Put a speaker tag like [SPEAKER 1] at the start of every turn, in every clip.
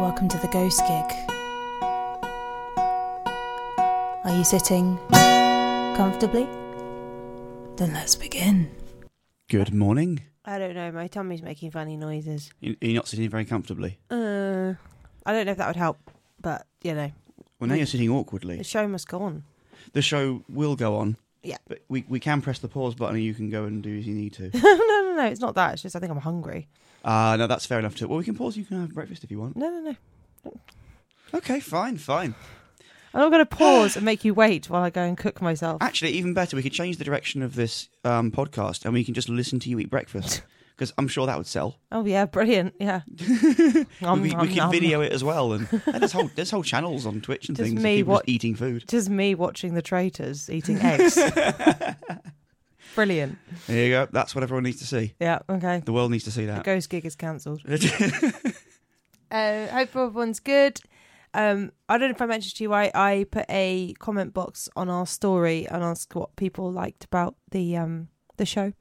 [SPEAKER 1] welcome to the ghost gig. Are you sitting comfortably? Then let's begin.
[SPEAKER 2] Good morning.
[SPEAKER 3] I don't know. My tummy's making funny noises.
[SPEAKER 2] You- You're not sitting very comfortably.
[SPEAKER 3] Uh, I don't know if that would help, but you know,
[SPEAKER 2] Well, now
[SPEAKER 3] Mm.
[SPEAKER 2] you're sitting
[SPEAKER 3] the
[SPEAKER 2] awkwardly.
[SPEAKER 3] show must go on.
[SPEAKER 2] The show will go on.
[SPEAKER 3] Yeah.
[SPEAKER 2] But we, we can press the pause button and you can go and do as you need to.
[SPEAKER 3] no, no, no. It's not that. It's just I think I'm hungry.
[SPEAKER 2] Ah, no, that's fair enough too. Well, we can pause. You can have breakfast if you want.
[SPEAKER 3] No, no, no.
[SPEAKER 2] Okay, fine, fine.
[SPEAKER 3] I'm not going to pause and make you wait while I go and cook myself.
[SPEAKER 2] Actually, even better, we could change the direction of this um, podcast and we can just listen to you eat breakfast because I'm sure that would sell.
[SPEAKER 3] Oh yeah, brilliant. Yeah. Nom,
[SPEAKER 2] we
[SPEAKER 3] nom,
[SPEAKER 2] we can
[SPEAKER 3] nom.
[SPEAKER 2] video it as well. And, and there's, whole, there's whole channels on Twitch and
[SPEAKER 3] Just
[SPEAKER 2] things. of
[SPEAKER 3] me
[SPEAKER 2] people just
[SPEAKER 3] wat-
[SPEAKER 2] eating food.
[SPEAKER 3] Just me watching the traitors eating eggs. brilliant.
[SPEAKER 2] There you go. That's what everyone needs to see.
[SPEAKER 3] Yeah. Okay.
[SPEAKER 2] The world needs to see that.
[SPEAKER 3] The ghost gig is cancelled. Uh, hope everyone's good. Um, I don't know if I mentioned to you, I, I put a comment box on our story and asked what people liked about the um the show,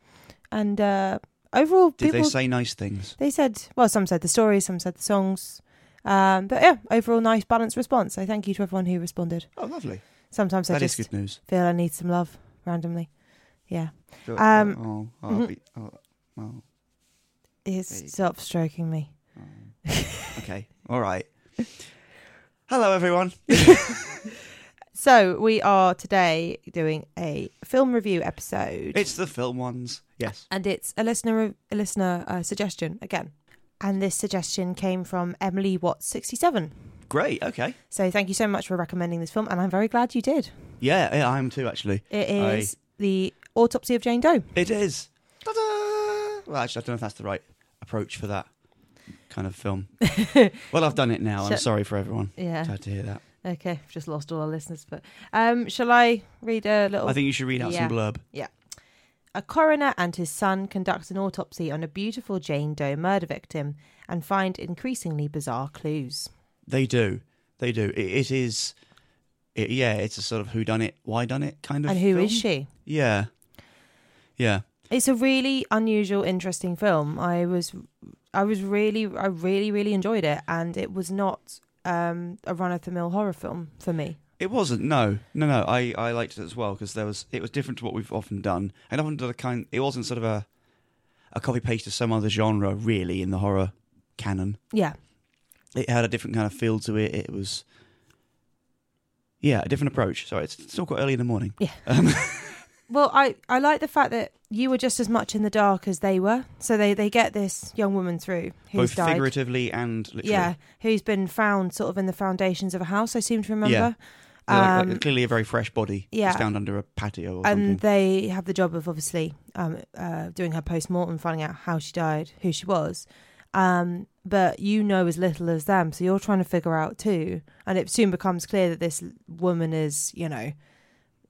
[SPEAKER 3] and uh, overall,
[SPEAKER 2] Did
[SPEAKER 3] people
[SPEAKER 2] they say nice things?
[SPEAKER 3] they said well, some said the stories, some said the songs, um, but yeah, overall nice balanced response. So thank you to everyone who responded.
[SPEAKER 2] Oh, lovely.
[SPEAKER 3] Sometimes I
[SPEAKER 2] That is
[SPEAKER 3] just
[SPEAKER 2] good news.
[SPEAKER 3] feel I need some love randomly. Yeah,
[SPEAKER 2] Feel-
[SPEAKER 3] Um,
[SPEAKER 2] oh, oh,
[SPEAKER 3] mhm.
[SPEAKER 2] be- oh, oh, There you go.
[SPEAKER 3] it's stop stroking me.
[SPEAKER 2] oh. okay, all right. Hello, everyone.
[SPEAKER 3] So we are today doing a film review episode.
[SPEAKER 2] It's the film ones. Yes.
[SPEAKER 3] and it's a listener a listener uh, suggestion again. And this suggestion came from Emily Watts sixty seven.
[SPEAKER 2] Great. Okay.
[SPEAKER 3] So thank you so much for recommending this film, and I'm very glad you did.
[SPEAKER 2] Yeah, yeah I'm too, actually.
[SPEAKER 3] It is the autopsy of Jane Doe.
[SPEAKER 2] It is. Ta-da! Well, actually, I don't know if that's the right approach for that kind of film. well, I've done it now. I'm
[SPEAKER 3] So-
[SPEAKER 2] sorry for everyone.
[SPEAKER 3] Yeah.
[SPEAKER 2] Glad to hear that.
[SPEAKER 3] Okay. I've just lost all our listeners, but um, shall I read a little?
[SPEAKER 2] I think you should read out
[SPEAKER 3] Oh, Yeah.
[SPEAKER 2] some blurb.
[SPEAKER 3] A coroner and his son conduct an autopsy on a beautiful Jane Doe murder victim and find increasingly bizarre clues.
[SPEAKER 2] They do. They do. It, it is. It, yeah, it's a sort of who done it, why done it kind of.
[SPEAKER 3] and who is
[SPEAKER 2] film.
[SPEAKER 3] she?
[SPEAKER 2] Yeah. Yeah.
[SPEAKER 3] It's a really unusual, interesting film. I was, I was really, I really, really enjoyed it, and it was not um, a run-of-the-mill horror film for me.
[SPEAKER 2] It wasn't. No, no, no. I, I liked it as well because there was it was different to what we've often done, and often done a kind. It wasn't sort of a a copy paste of some other genre really in the horror canon.
[SPEAKER 3] Yeah,
[SPEAKER 2] It had a different kind of feel to it. It was yeah, a different approach. Sorry, it's still quite early in the morning.
[SPEAKER 3] Yeah.
[SPEAKER 2] Um,
[SPEAKER 3] Well, I, I like the fact that you were just as much in the dark as they were. So they, they get this young woman through who's
[SPEAKER 2] both
[SPEAKER 3] died.
[SPEAKER 2] figuratively and literally.
[SPEAKER 3] Yeah, who's been found sort of in the foundations of a house, I seem to remember.
[SPEAKER 2] They're like-
[SPEAKER 3] Um,
[SPEAKER 2] like clearly a very fresh body.
[SPEAKER 3] yeah.
[SPEAKER 2] was found under a patio or
[SPEAKER 3] and
[SPEAKER 2] something.
[SPEAKER 3] they have the job of obviously um, uh, doing her post mortem, finding out how she died, who she was. Um, but you know as little as them, so you're trying to figure out too. And it soon becomes clear that this woman is, you know,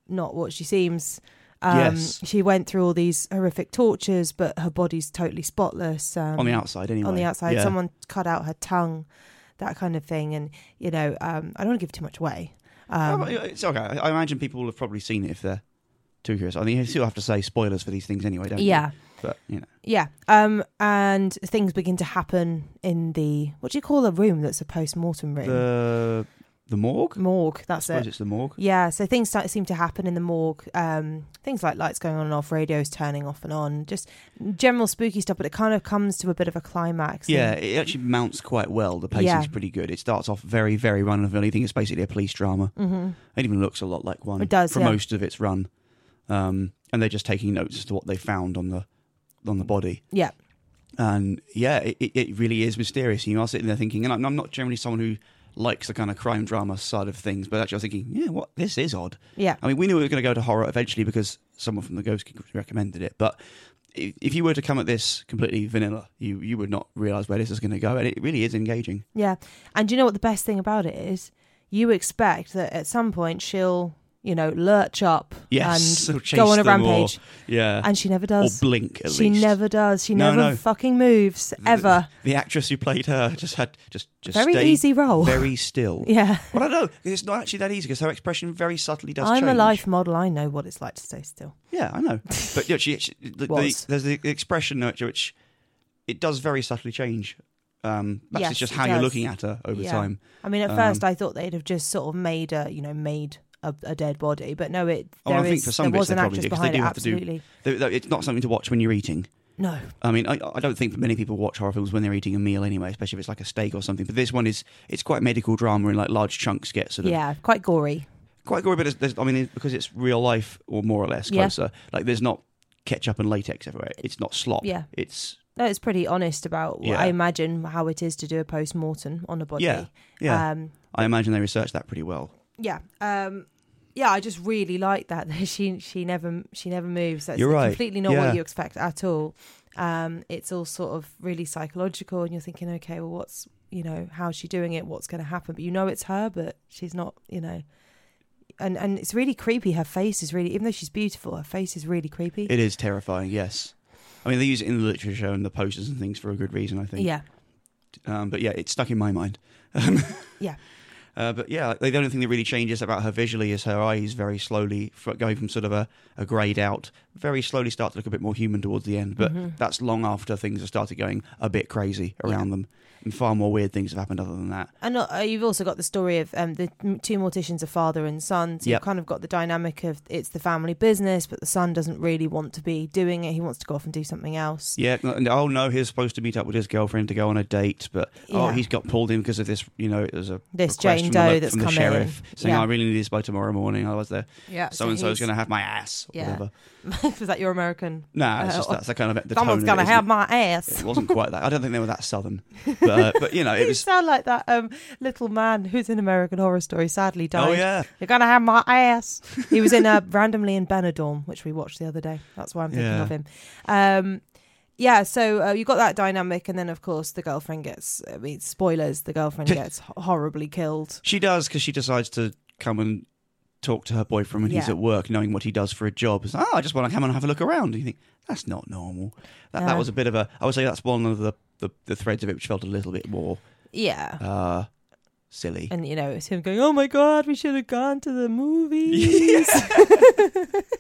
[SPEAKER 3] not what she seems. Um,
[SPEAKER 2] Yes.
[SPEAKER 3] She went through all these horrific tortures, but her body's totally spotless. Um,
[SPEAKER 2] on the outside, anyway.
[SPEAKER 3] on the outside,
[SPEAKER 2] Yeah.
[SPEAKER 3] someone cut out her tongue, that kind of thing. And, you know, um, I don't want to give too much away. Um,
[SPEAKER 2] Oh, it's okay. I I imagine people will have probably seen it if they're too curious. I mean, you still have to say spoilers for these things anyway, don't you?
[SPEAKER 3] yeah.
[SPEAKER 2] But you know,
[SPEAKER 3] Yeah. Um and things begin to happen in the what do you call a room that's a post mortem room?
[SPEAKER 2] the the morgue.
[SPEAKER 3] morgue,
[SPEAKER 2] I
[SPEAKER 3] that's
[SPEAKER 2] suppose
[SPEAKER 3] it.
[SPEAKER 2] it's the morgue.
[SPEAKER 3] Yeah, so things start, seem to happen in the morgue. Um things like lights going on and off, radios turning off and on, just general spooky stuff, but it kind of comes to a bit of a climax. and-
[SPEAKER 2] Yeah, it actually mounts quite well. The pacing's
[SPEAKER 3] Yeah.
[SPEAKER 2] pretty good. It starts off very, very run of mill. You think it's basically a police drama.
[SPEAKER 3] Mhm.
[SPEAKER 2] It even looks a lot like one.
[SPEAKER 3] It does,
[SPEAKER 2] for
[SPEAKER 3] yeah.
[SPEAKER 2] most of its run. Um, and they're just taking notes as to what they found on the on the body.
[SPEAKER 3] Yeah.
[SPEAKER 2] And yeah, it, it- it really is mysterious. You are sitting there thinking, and I'm, I'm not generally someone who likes the kind of crime drama side of things, but actually I was thinking, yeah, what this is odd.
[SPEAKER 3] Yeah.
[SPEAKER 2] I mean, we knew we were going to go to horror eventually because someone from the Ghost Geek recommended it. But if, if you were to come at this completely vanilla, you you would not realize where this is going to go, and it really is engaging.
[SPEAKER 3] Yeah. And do you know what the best thing about it is? You expect that at some point she'll, you know, lurch up
[SPEAKER 2] Yes,
[SPEAKER 3] and
[SPEAKER 2] or chase
[SPEAKER 3] go on a
[SPEAKER 2] them, or-
[SPEAKER 3] rampage.
[SPEAKER 2] Yeah,
[SPEAKER 3] and she never
[SPEAKER 2] or
[SPEAKER 3] does.
[SPEAKER 2] blink at
[SPEAKER 3] She
[SPEAKER 2] least.
[SPEAKER 3] never does. She
[SPEAKER 2] No,
[SPEAKER 3] never
[SPEAKER 2] no.
[SPEAKER 3] fucking moves
[SPEAKER 2] The-
[SPEAKER 3] ever.
[SPEAKER 2] The, actress who played her just had just just
[SPEAKER 3] Very
[SPEAKER 2] stay
[SPEAKER 3] easy role.
[SPEAKER 2] very still.
[SPEAKER 3] yeah.
[SPEAKER 2] Well, I don't know 'cause it's not actually that easy because her expression very subtly does.
[SPEAKER 3] I'm a
[SPEAKER 2] change.
[SPEAKER 3] life model. I know what it's like to stay still.
[SPEAKER 2] Yeah, I know. But yeah, she, she the, the,
[SPEAKER 3] Was.
[SPEAKER 2] there's the expression which- which it does very subtly change Um, perhaps
[SPEAKER 3] Yes,
[SPEAKER 2] it's just
[SPEAKER 3] it
[SPEAKER 2] how you're
[SPEAKER 3] does.
[SPEAKER 2] looking at her over
[SPEAKER 3] Yeah.
[SPEAKER 2] time.
[SPEAKER 3] I mean, at
[SPEAKER 2] Um,
[SPEAKER 3] first I thought they'd have just sort of made a, you know, made a, a dead body, but no, it.
[SPEAKER 2] Oh, I
[SPEAKER 3] there
[SPEAKER 2] think
[SPEAKER 3] is-
[SPEAKER 2] for some
[SPEAKER 3] there
[SPEAKER 2] bits
[SPEAKER 3] was
[SPEAKER 2] they
[SPEAKER 3] an
[SPEAKER 2] probably
[SPEAKER 3] actress
[SPEAKER 2] do, 'cause they
[SPEAKER 3] behind
[SPEAKER 2] do
[SPEAKER 3] it,
[SPEAKER 2] have to do-
[SPEAKER 3] absolutely.
[SPEAKER 2] Though- though It's not something to watch when you're eating.
[SPEAKER 3] No,
[SPEAKER 2] I mean, I, I don't think many people watch horror films when they're eating a meal anyway, especially if it's like a steak or something. But this one is it's quite medical drama, and like large chunks get sort of
[SPEAKER 3] yeah, quite gory.
[SPEAKER 2] quite gory. But it's, there's, I mean, it's- because it's real life or more or less
[SPEAKER 3] Yeah.
[SPEAKER 2] closer. Like there's not ketchup and latex everywhere. It's not slop.
[SPEAKER 3] Yeah.
[SPEAKER 2] It's
[SPEAKER 3] No, it's pretty honest about. what
[SPEAKER 2] Yeah.
[SPEAKER 3] I imagine how it is to do a post mortem on a body.
[SPEAKER 2] yeah yeah.
[SPEAKER 3] Um,
[SPEAKER 2] I imagine they researched that pretty well.
[SPEAKER 3] yeah. Um, yeah, I just really like that. that she she never she never moves. That's
[SPEAKER 2] You're right.
[SPEAKER 3] completely not
[SPEAKER 2] Yeah.
[SPEAKER 3] what you expect at all. Um, it's all sort of really psychological, and you're thinking, okay, well, what's you know how's she doing it? What's going to happen? But you know it's her, but she's not. You know, and and it's really creepy. Her face is really, even though she's beautiful, her face is really creepy.
[SPEAKER 2] It is terrifying. Yes. I mean, they use it in the literature and the posters and things for a good reason. I think.
[SPEAKER 3] yeah,
[SPEAKER 2] Um, but yeah, it's stuck in my mind.
[SPEAKER 3] Yeah.
[SPEAKER 2] Uh, but yeah, like, the only thing that really changes about her visually is her eyes very slowly fr- going from sort of a, a grayed out, very slowly start to look a bit more human towards the end. But
[SPEAKER 3] Mhm.
[SPEAKER 2] that's long after things have started going a bit crazy
[SPEAKER 3] Yeah.
[SPEAKER 2] around them, and far more weird things have happened other than that.
[SPEAKER 3] And uh, you've also got the story of um, the m- two morticians are father and son. So
[SPEAKER 2] Yep.
[SPEAKER 3] you've kind of got the dynamic of it's the family business, but the son doesn't really want to be doing it. He wants to go off and do something else.
[SPEAKER 2] Yeah. And, oh no, he's supposed to meet up with his girlfriend to go on a date, but oh,
[SPEAKER 3] Yeah.
[SPEAKER 2] he's got pulled in because of this. You know, it was a
[SPEAKER 3] This
[SPEAKER 2] request
[SPEAKER 3] Jane
[SPEAKER 2] from the lo-
[SPEAKER 3] Doe that's
[SPEAKER 2] from the
[SPEAKER 3] come
[SPEAKER 2] sheriff
[SPEAKER 3] in.
[SPEAKER 2] saying,
[SPEAKER 3] yeah.
[SPEAKER 2] "I really need this by tomorrow morning, otherwise, there
[SPEAKER 3] yeah.
[SPEAKER 2] so and so is going to have my ass." Or
[SPEAKER 3] Yeah.
[SPEAKER 2] Whatever.
[SPEAKER 3] to. Was that your American?
[SPEAKER 2] Nah, it's
[SPEAKER 3] Uh,
[SPEAKER 2] just that's the kind of the
[SPEAKER 3] Someone's
[SPEAKER 2] tone.
[SPEAKER 3] going
[SPEAKER 2] of
[SPEAKER 3] to
[SPEAKER 2] it,
[SPEAKER 3] have
[SPEAKER 2] isn't
[SPEAKER 3] my
[SPEAKER 2] it?
[SPEAKER 3] ass.
[SPEAKER 2] It wasn't quite that. I don't think they were that southern, but uh, but you know it
[SPEAKER 3] You
[SPEAKER 2] was.
[SPEAKER 3] sound like that um, little man who's in American Horror Story sadly died.
[SPEAKER 2] Oh yeah,
[SPEAKER 3] You're going to have my ass. He was in uh, randomly in Benidorm, which we watched the other day. That's why I'm thinking
[SPEAKER 2] Yeah.
[SPEAKER 3] of him. Um, yeah, so uh, you got that dynamic, and then of course the girlfriend gets. I mean, spoilers: the girlfriend gets ho- horribly killed.
[SPEAKER 2] she does because she decides to come and talk to her boyfriend when he's
[SPEAKER 3] Yeah.
[SPEAKER 2] at work, knowing what he does for a job. It's like, oh, I just want to come and have a look around. And you think that's not normal. That that
[SPEAKER 3] No.
[SPEAKER 2] was a bit of a. I would say that's one of the the, the threads of it which felt a little bit more
[SPEAKER 3] Yeah,
[SPEAKER 2] uh, silly.
[SPEAKER 3] and you know it's him going, "Oh my god, we should have gone to the movies."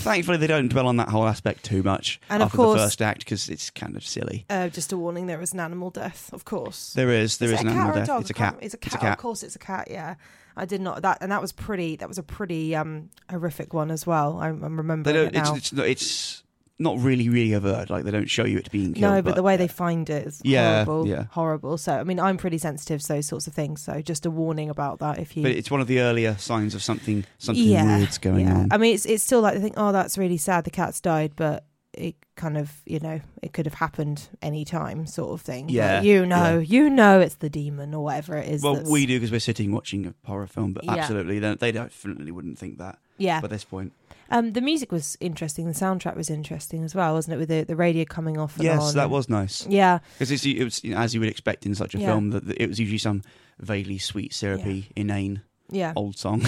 [SPEAKER 2] Thankfully, they don't dwell on that whole aspect too much
[SPEAKER 3] And of
[SPEAKER 2] after
[SPEAKER 3] course-
[SPEAKER 2] the first act because it's kind of silly.
[SPEAKER 3] uh, just a warning: there was an animal death, of course.
[SPEAKER 2] There is there is,
[SPEAKER 3] it
[SPEAKER 2] an
[SPEAKER 3] a cat
[SPEAKER 2] animal
[SPEAKER 3] or a
[SPEAKER 2] death.
[SPEAKER 3] dog?
[SPEAKER 2] It's a
[SPEAKER 3] I can't-
[SPEAKER 2] cat.
[SPEAKER 3] It's a
[SPEAKER 2] It's a
[SPEAKER 3] cat.
[SPEAKER 2] cat.
[SPEAKER 3] Of course, it's a cat. Yeah, I did not that, and that was pretty. That was a pretty um horrific one as well. I, I'm
[SPEAKER 2] They
[SPEAKER 3] remembering
[SPEAKER 2] don't.
[SPEAKER 3] it now.
[SPEAKER 2] It's, it's not. It's not really, really overt. Like they don't show you it being killed.
[SPEAKER 3] No, but, the way they find it is
[SPEAKER 2] Yeah,
[SPEAKER 3] horrible.
[SPEAKER 2] yeah.
[SPEAKER 3] Horrible. So, I mean, I'm pretty sensitive to those sorts of things. So, just a warning about that if you.
[SPEAKER 2] But it's one of the earlier signs of something. Something weird's going
[SPEAKER 3] yeah.
[SPEAKER 2] on.
[SPEAKER 3] I mean, it's, it's still like they think, oh, that's really sad. The cat's died, but it kind of, you know, it could have happened any time sort of thing. But
[SPEAKER 2] Yeah,
[SPEAKER 3] you know, you know it's the demon or whatever it is.
[SPEAKER 2] well,
[SPEAKER 3] that's-
[SPEAKER 2] we do because we're sitting watching a horror film. But
[SPEAKER 3] Yeah.
[SPEAKER 2] absolutely, they, they definitely wouldn't think that
[SPEAKER 3] Yeah.
[SPEAKER 2] by this point.
[SPEAKER 3] Um, the music was interesting. The soundtrack was interesting as well, wasn't it? With the, the radio coming off and
[SPEAKER 2] Yes,
[SPEAKER 3] on.
[SPEAKER 2] that was nice
[SPEAKER 3] Yeah.
[SPEAKER 2] because it's it was you know, as you would expect in such a
[SPEAKER 3] Yeah.
[SPEAKER 2] film that that it was usually some vaguely sweet, syrupy, inane
[SPEAKER 3] Yeah.
[SPEAKER 2] old song.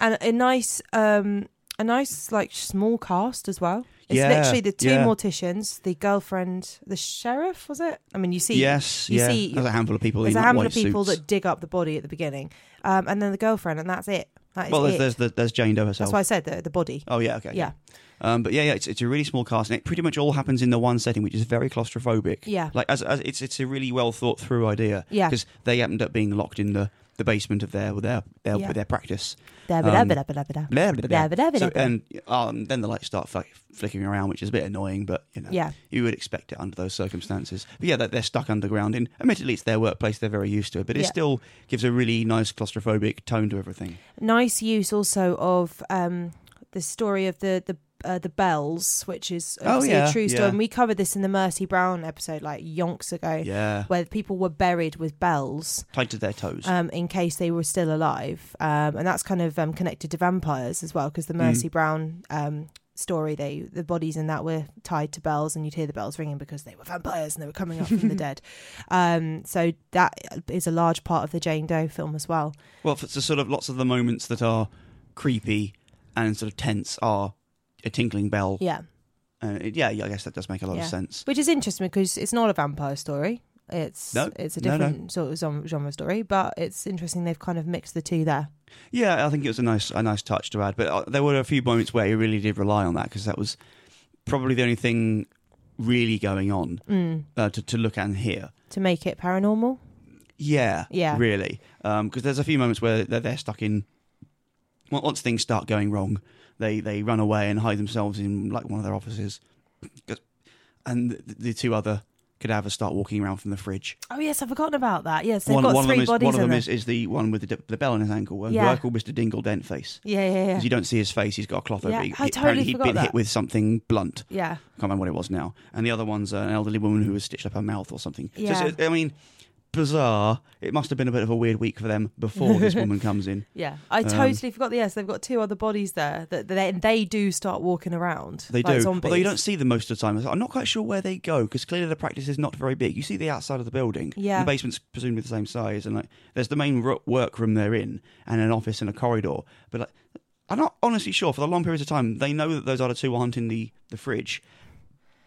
[SPEAKER 3] and a nice um a nice like small cast as well it's
[SPEAKER 2] Yeah,
[SPEAKER 3] literally the two
[SPEAKER 2] yeah.
[SPEAKER 3] morticians the girlfriend the sheriff was it i mean you see
[SPEAKER 2] yes,
[SPEAKER 3] you
[SPEAKER 2] yeah.
[SPEAKER 3] see-
[SPEAKER 2] There's a handful of people.
[SPEAKER 3] there's
[SPEAKER 2] in
[SPEAKER 3] a
[SPEAKER 2] like,
[SPEAKER 3] handful
[SPEAKER 2] white
[SPEAKER 3] of people
[SPEAKER 2] suits.
[SPEAKER 3] that dig up the body at the beginning um and then the girlfriend and that's it that is
[SPEAKER 2] Well,
[SPEAKER 3] it.
[SPEAKER 2] there's, there's there's there's Jane Doe herself.
[SPEAKER 3] that's why i said the, the body
[SPEAKER 2] Oh yeah, okay.
[SPEAKER 3] yeah
[SPEAKER 2] Um, but yeah, yeah, it's, it's a really small cast, and it pretty much all happens in the one setting, which is very claustrophobic.
[SPEAKER 3] yeah
[SPEAKER 2] Like, as, as it's it's a really well thought through idea.
[SPEAKER 3] Yeah.
[SPEAKER 2] Because they ended up being locked in the, the basement of their their their,
[SPEAKER 3] Yeah.
[SPEAKER 2] their practice.
[SPEAKER 3] Da ba da ba da ba da ba da.
[SPEAKER 2] Blah, blah, blah,
[SPEAKER 3] Da
[SPEAKER 2] blah.
[SPEAKER 3] ba da ba
[SPEAKER 2] um, So,
[SPEAKER 3] da ba da.
[SPEAKER 2] and um, then the lights start fl- flickering around, which is a bit annoying, but you know,
[SPEAKER 3] yeah
[SPEAKER 2] you would expect it under those circumstances. But yeah, they're, they're stuck underground. In admittedly, it's their workplace; they're very used to it, but it
[SPEAKER 3] Yeah.
[SPEAKER 2] still gives a really nice claustrophobic tone to everything.
[SPEAKER 3] nice use also of um, the story of the the uh, the bells, which is
[SPEAKER 2] Oh,
[SPEAKER 3] obviously
[SPEAKER 2] yeah,
[SPEAKER 3] a true story.
[SPEAKER 2] yeah.
[SPEAKER 3] And we covered this in the Mercy Brown episode like yonks ago,
[SPEAKER 2] Yeah,
[SPEAKER 3] where people were buried with bells
[SPEAKER 2] tied to their toes.
[SPEAKER 3] um, in case they were still alive, um, and that's kind of um, connected to vampires as well,
[SPEAKER 2] Mm.
[SPEAKER 3] because the Mercy Brown um, story, they the bodies in that were tied to bells, and you'd hear the bells ringing because they were vampires and they were coming up from the dead. Um, so that is a large part of the Jane Doe film as well.
[SPEAKER 2] Well, for, so sort of lots of the moments that are creepy and sort of tense are a tinkling bell.
[SPEAKER 3] Yeah.
[SPEAKER 2] Uh, it- yeah, yeah, I guess that does make a lot of
[SPEAKER 3] Yeah.
[SPEAKER 2] sense.
[SPEAKER 3] which is interesting because it's not a vampire story. It's
[SPEAKER 2] No,
[SPEAKER 3] it's a
[SPEAKER 2] no, no.
[SPEAKER 3] different sort of zon- genre story, but it's interesting they've kind of mixed the two there.
[SPEAKER 2] Yeah, I think it was a nice, a nice touch to add. But uh, there were a few moments where it really did rely on that because that was probably the only thing really going on
[SPEAKER 3] Mm.
[SPEAKER 2] uh, to, to look at and hear.
[SPEAKER 3] to make it paranormal.
[SPEAKER 2] Yeah.
[SPEAKER 3] Yeah.
[SPEAKER 2] Really. Because there's a few moments where they're, they're stuck in. on- Once things start going wrong, they, they run away and hide themselves in like one of their offices. 'Cause- And the, the two other cadavers start walking around from the fridge.
[SPEAKER 3] Oh yes, I've forgotten about that. Yes, they've
[SPEAKER 2] One,
[SPEAKER 3] got
[SPEAKER 2] one of
[SPEAKER 3] three
[SPEAKER 2] them, is,
[SPEAKER 3] bodies
[SPEAKER 2] one of
[SPEAKER 3] in
[SPEAKER 2] them
[SPEAKER 3] there.
[SPEAKER 2] is, is the one with the, d- the bell on his ankle. and
[SPEAKER 3] Yeah.
[SPEAKER 2] I call Mr. Dingle Dent Face.
[SPEAKER 3] yeah, yeah, yeah.
[SPEAKER 2] Because you don't see his face, he's got a cloth
[SPEAKER 3] Yeah,
[SPEAKER 2] over it.
[SPEAKER 3] I
[SPEAKER 2] He-
[SPEAKER 3] totally
[SPEAKER 2] Apparently, he'd
[SPEAKER 3] forgot
[SPEAKER 2] been
[SPEAKER 3] that.
[SPEAKER 2] hit with something blunt.
[SPEAKER 3] yeah.
[SPEAKER 2] I can't remember what it was now. And the other one's uh, an elderly woman who was stitched up her mouth or something. So it's-
[SPEAKER 3] Yeah.
[SPEAKER 2] it- I mean, bizarre. It must have been a bit of a weird week for them before this woman comes in.
[SPEAKER 3] Yeah, I
[SPEAKER 2] Um,
[SPEAKER 3] totally forgot. The, yes, they've got two other bodies there that that they they do start walking around.
[SPEAKER 2] They
[SPEAKER 3] like
[SPEAKER 2] do,
[SPEAKER 3] zombies.
[SPEAKER 2] although you don't see them most of the time. I'm not quite sure where they go because clearly the practice is not very big. You see the outside of the building.
[SPEAKER 3] Yeah.
[SPEAKER 2] the basement's presumably the same size, and like there's the main ro- workroom they're in, and an office and a corridor. But like, I'm not honestly sure. For the long periods of time, they know that those other two aren't in the the fridge,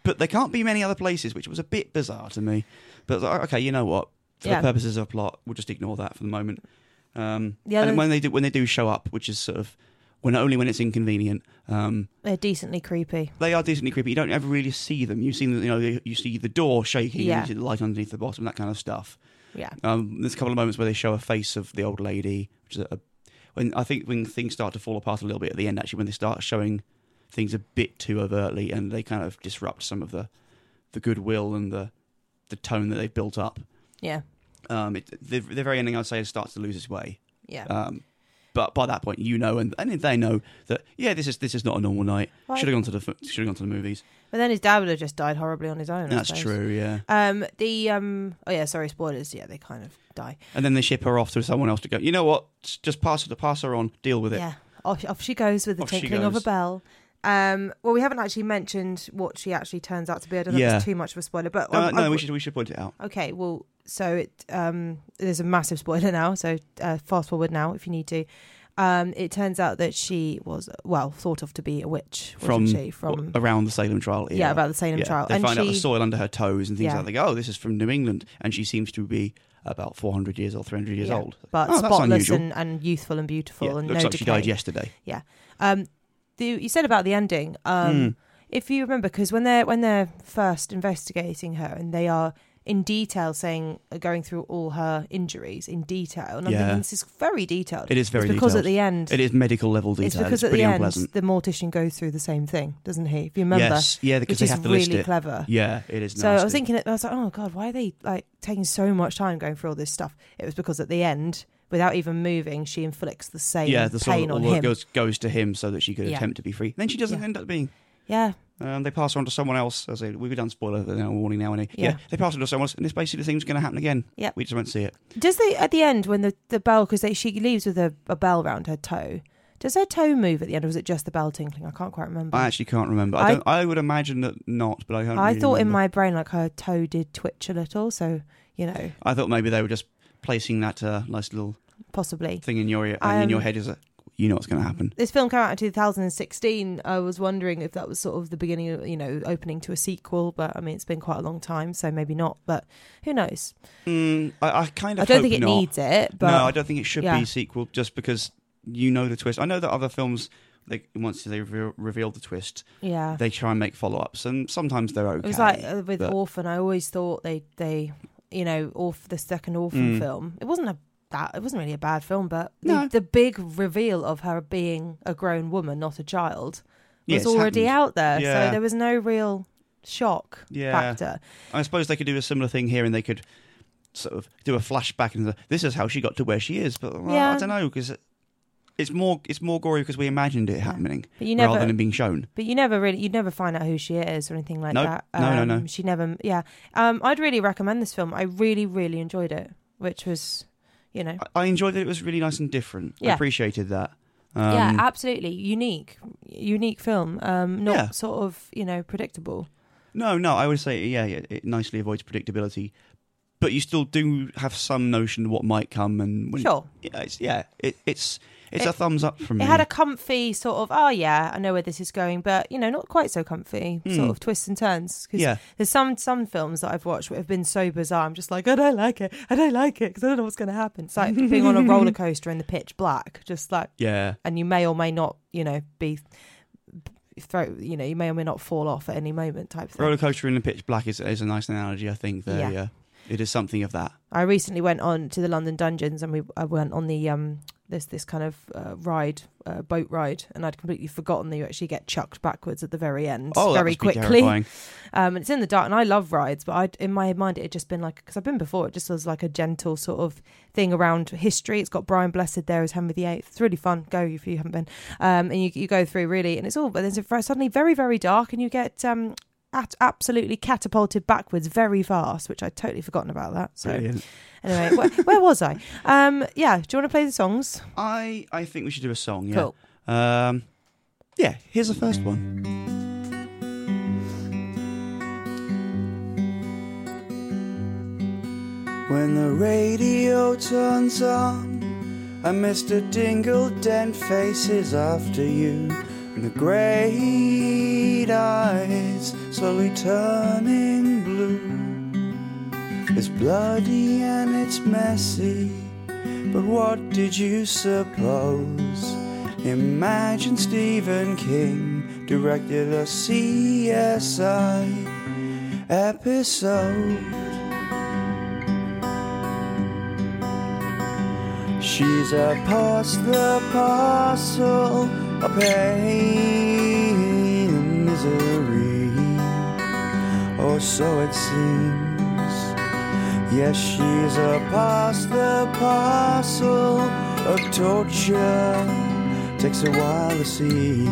[SPEAKER 2] but there can't be many other places, which was a bit bizarre to me. But like, okay, you know what? For
[SPEAKER 3] Yeah.
[SPEAKER 2] the purposes of plot, we'll just ignore that for the moment. Um,
[SPEAKER 3] Yeah,
[SPEAKER 2] and
[SPEAKER 3] there's-
[SPEAKER 2] when they do when they do show up, which is sort of when only when it's inconvenient. Um,
[SPEAKER 3] They're decently creepy.
[SPEAKER 2] they are decently creepy. You don't ever really see them. You see them, you know, you see the door shaking,
[SPEAKER 3] Yeah.
[SPEAKER 2] you see the light underneath the bottom, that kind of stuff.
[SPEAKER 3] Yeah,
[SPEAKER 2] Um, there's a couple of moments where they show a face of the old lady, which is a, when I think when things start to fall apart a little bit at the end, actually, when they start showing things a bit too overtly, and they kind of disrupt some of the the goodwill and the the tone that they've built up.
[SPEAKER 3] yeah,
[SPEAKER 2] Um, it, the, the very ending, I'd say, starts to lose its way.
[SPEAKER 3] yeah.
[SPEAKER 2] Um, but by that point, you know, and, and they know that yeah, this is this is not a normal night.
[SPEAKER 3] Well, I-
[SPEAKER 2] Should have gone to the should have gone to the movies.
[SPEAKER 3] but then his dad would have just died horribly on his own. I
[SPEAKER 2] That's
[SPEAKER 3] suppose.
[SPEAKER 2] true, yeah.
[SPEAKER 3] Um, the um, oh yeah, sorry, spoilers. Yeah, they kind of die.
[SPEAKER 2] And then they ship her off to someone else to go. You know what? Just pass her, pass her on. Deal with it.
[SPEAKER 3] Yeah, off, off she goes with the
[SPEAKER 2] Off she
[SPEAKER 3] tinkling of a
[SPEAKER 2] goes.
[SPEAKER 3] bell. Um, well, we haven't actually mentioned what she actually turns out to be. I don't know if
[SPEAKER 2] Yeah.
[SPEAKER 3] it's too much of a spoiler, but
[SPEAKER 2] No,
[SPEAKER 3] I'm-
[SPEAKER 2] no,
[SPEAKER 3] I'm-
[SPEAKER 2] we should we should point it out.
[SPEAKER 3] Okay, well, so it um, there's a massive spoiler now. So uh, fast forward now if you need to. Um, it turns out that she was well thought of to be a witch,
[SPEAKER 2] From-
[SPEAKER 3] wasn't she? From
[SPEAKER 2] Around the Salem trial,
[SPEAKER 3] yeah, about the Salem
[SPEAKER 2] Yeah.
[SPEAKER 3] trial,
[SPEAKER 2] They
[SPEAKER 3] and
[SPEAKER 2] find
[SPEAKER 3] she
[SPEAKER 2] out the soil under her toes and things
[SPEAKER 3] Yeah.
[SPEAKER 2] like that. Oh, this is from New England, and she seems to be about four hundred years old, three hundred years
[SPEAKER 3] Yeah.
[SPEAKER 2] old.
[SPEAKER 3] but
[SPEAKER 2] Oh, that's
[SPEAKER 3] spotless
[SPEAKER 2] unusual.
[SPEAKER 3] and, and youthful and beautiful
[SPEAKER 2] Yeah,
[SPEAKER 3] and
[SPEAKER 2] looks
[SPEAKER 3] no
[SPEAKER 2] like she died
[SPEAKER 3] decay.
[SPEAKER 2] yesterday.
[SPEAKER 3] Um, the, you said about the ending. Um,
[SPEAKER 2] Mm.
[SPEAKER 3] If you remember, because when they're when they're first investigating her and they are in detail saying uh, going through all her injuries in detail, and I'm
[SPEAKER 2] Yeah.
[SPEAKER 3] thinking this is very detailed.
[SPEAKER 2] It is very
[SPEAKER 3] it's because
[SPEAKER 2] detailed.
[SPEAKER 3] at the end,
[SPEAKER 2] Hmm. It is medical level detail.
[SPEAKER 3] it's because at
[SPEAKER 2] pretty
[SPEAKER 3] the end
[SPEAKER 2] unpleasant.
[SPEAKER 3] the mortician goes through the same thing, doesn't he? If you remember,
[SPEAKER 2] yes, yeah, because
[SPEAKER 3] which
[SPEAKER 2] they
[SPEAKER 3] is
[SPEAKER 2] have to list
[SPEAKER 3] really
[SPEAKER 2] it.
[SPEAKER 3] clever.
[SPEAKER 2] Yeah, it is.
[SPEAKER 3] So I was
[SPEAKER 2] nasty.
[SPEAKER 3] thinking, I was like, oh god, why are they like taking so much time going through all this stuff? It was because at the end, without even moving, she inflicts the same
[SPEAKER 2] yeah, the soil
[SPEAKER 3] pain on
[SPEAKER 2] all
[SPEAKER 3] him.
[SPEAKER 2] goes goes to him so that she could
[SPEAKER 3] Yeah.
[SPEAKER 2] attempt to be free. Then she doesn't
[SPEAKER 3] Yeah.
[SPEAKER 2] end up being.
[SPEAKER 3] yeah,
[SPEAKER 2] Um, they pass her on to someone else. As I, we've done spoiler you know, warning now, anyway. Yeah.
[SPEAKER 3] Yeah.
[SPEAKER 2] they pass her on to someone else, and it's basically the thing's going to happen again.
[SPEAKER 3] Yep.
[SPEAKER 2] we just won't see it.
[SPEAKER 3] Does they at the end when the the bell because she leaves with a, a bell round her toe? Does her toe move at the end, or was it just the bell tinkling? I can't quite remember.
[SPEAKER 2] I actually can't remember. I,
[SPEAKER 3] I-
[SPEAKER 2] don't, I would imagine that not, but I can't.
[SPEAKER 3] I
[SPEAKER 2] really
[SPEAKER 3] thought in
[SPEAKER 2] remember.
[SPEAKER 3] my brain like her toe did twitch a little, so you know,
[SPEAKER 2] I thought maybe they were just placing that uh, nice little
[SPEAKER 3] possibly.
[SPEAKER 2] thing in your ear,
[SPEAKER 3] I,
[SPEAKER 2] and in your
[SPEAKER 3] um,
[SPEAKER 2] head is a, you know what's going to happen.
[SPEAKER 3] This film came out in 2016. I was wondering if that was sort of the beginning, of, you know, opening to a sequel. But I mean, it's been quite a long time, so maybe not. But who knows?
[SPEAKER 2] Mm, I, I kind of.
[SPEAKER 3] I don't
[SPEAKER 2] hope
[SPEAKER 3] think it
[SPEAKER 2] not.
[SPEAKER 3] needs it. But
[SPEAKER 2] no, I don't think it should be
[SPEAKER 3] yeah.
[SPEAKER 2] a sequel just because you know the twist. I know that other films, like once they reveal, reveal the twist,
[SPEAKER 3] yeah.
[SPEAKER 2] they try and make follow ups, and sometimes they're okay.
[SPEAKER 3] It was like uh, with
[SPEAKER 2] but-
[SPEAKER 3] Orphan. I always thought they they you know orf the second Orphan
[SPEAKER 2] Mm.
[SPEAKER 3] film. It wasn't a that it wasn't really a bad film, but
[SPEAKER 2] No.
[SPEAKER 3] the, the big reveal of her being a grown woman, not a child,
[SPEAKER 2] Yeah,
[SPEAKER 3] was
[SPEAKER 2] it's
[SPEAKER 3] already
[SPEAKER 2] happened.
[SPEAKER 3] out there.
[SPEAKER 2] Yeah.
[SPEAKER 3] So there was no real shock
[SPEAKER 2] Yeah.
[SPEAKER 3] factor.
[SPEAKER 2] I suppose they could do a similar thing here, and they could sort of do a flashback and this is how she got to where she is. But well, I
[SPEAKER 3] Yeah.
[SPEAKER 2] don't know because it's more it's more gory because we imagined it happening
[SPEAKER 3] But you
[SPEAKER 2] rather
[SPEAKER 3] never
[SPEAKER 2] than it being shown.
[SPEAKER 3] But you never really, you'd never find out who she is or anything like
[SPEAKER 2] Nope.
[SPEAKER 3] that.
[SPEAKER 2] No, no, no.
[SPEAKER 3] Um, She never, yeah. Um, I'd really recommend this film. I really, really enjoyed it, which was, you know,
[SPEAKER 2] I, I enjoyed that it was really nice and different. I
[SPEAKER 3] Yeah.
[SPEAKER 2] appreciated that.
[SPEAKER 3] yeah,
[SPEAKER 2] Um,
[SPEAKER 3] absolutely unique, unique film. Um, not
[SPEAKER 2] Yeah.
[SPEAKER 3] sort of, you know, predictable.
[SPEAKER 2] no, no, I would say yeah, it, it nicely avoids predictability, but you still do have some notion of what might come and when,
[SPEAKER 3] Sure,
[SPEAKER 2] yeah, it's yeah, it, it's it's a
[SPEAKER 3] It-
[SPEAKER 2] thumbs up from
[SPEAKER 3] it
[SPEAKER 2] me.
[SPEAKER 3] had a comfy sort of, oh yeah, I know where this is going, but you know, not quite so comfy.
[SPEAKER 2] Hmm.
[SPEAKER 3] Sort of twists and turns. 'cause
[SPEAKER 2] yeah,
[SPEAKER 3] There's some some films that I've watched that have been so bizarre. I'm just like, I don't like it. I don't like it because I don't know what's going to happen. It's like being on a roller coaster in the pitch black, just like.
[SPEAKER 2] yeah.
[SPEAKER 3] and you may or may not, you know, be throw, you know, you may or may not fall off at any moment type thing.
[SPEAKER 2] Roller coaster in the pitch black is, is a nice analogy, I think. There, yeah.
[SPEAKER 3] Yeah.
[SPEAKER 2] It is something of that.
[SPEAKER 3] I recently went on to the London Dungeons, and we I went on the um this this kind of uh, ride, uh, boat ride, and I'd completely forgotten that you actually get chucked backwards at the very end,
[SPEAKER 2] Oh, that
[SPEAKER 3] very
[SPEAKER 2] must be
[SPEAKER 3] quickly. Um,
[SPEAKER 2] terrifying.
[SPEAKER 3] and it's in the dark, and I love rides, but I in my mind it had just been like because I've been before, it just was like a gentle sort of thing around history. It's got Brian Blessed there as Henry VIII. It's really fun. Go if you haven't been, um, and you you go through really, and it's all, but then it's suddenly very very dark, and you get um. At, absolutely catapulted backwards very fast, which I'd totally forgotten about that. So,
[SPEAKER 2] Brilliant.
[SPEAKER 3] Anyway, wh- where was I? Um, yeah, do you want to play the songs?
[SPEAKER 2] I I think we should do a song. Yeah. Um, yeah, here's the first one. When the radio turns on and Mr. Dingle Dent faces after you, and the great eyes slowly turning blue. It's bloody and it's messy, but what did you suppose? Imagine Stephen King directed a CSI episode. She's a past the parcel of pain and misery, or so it seems. Yes, she's a past the parcel of torture. Takes a while to see.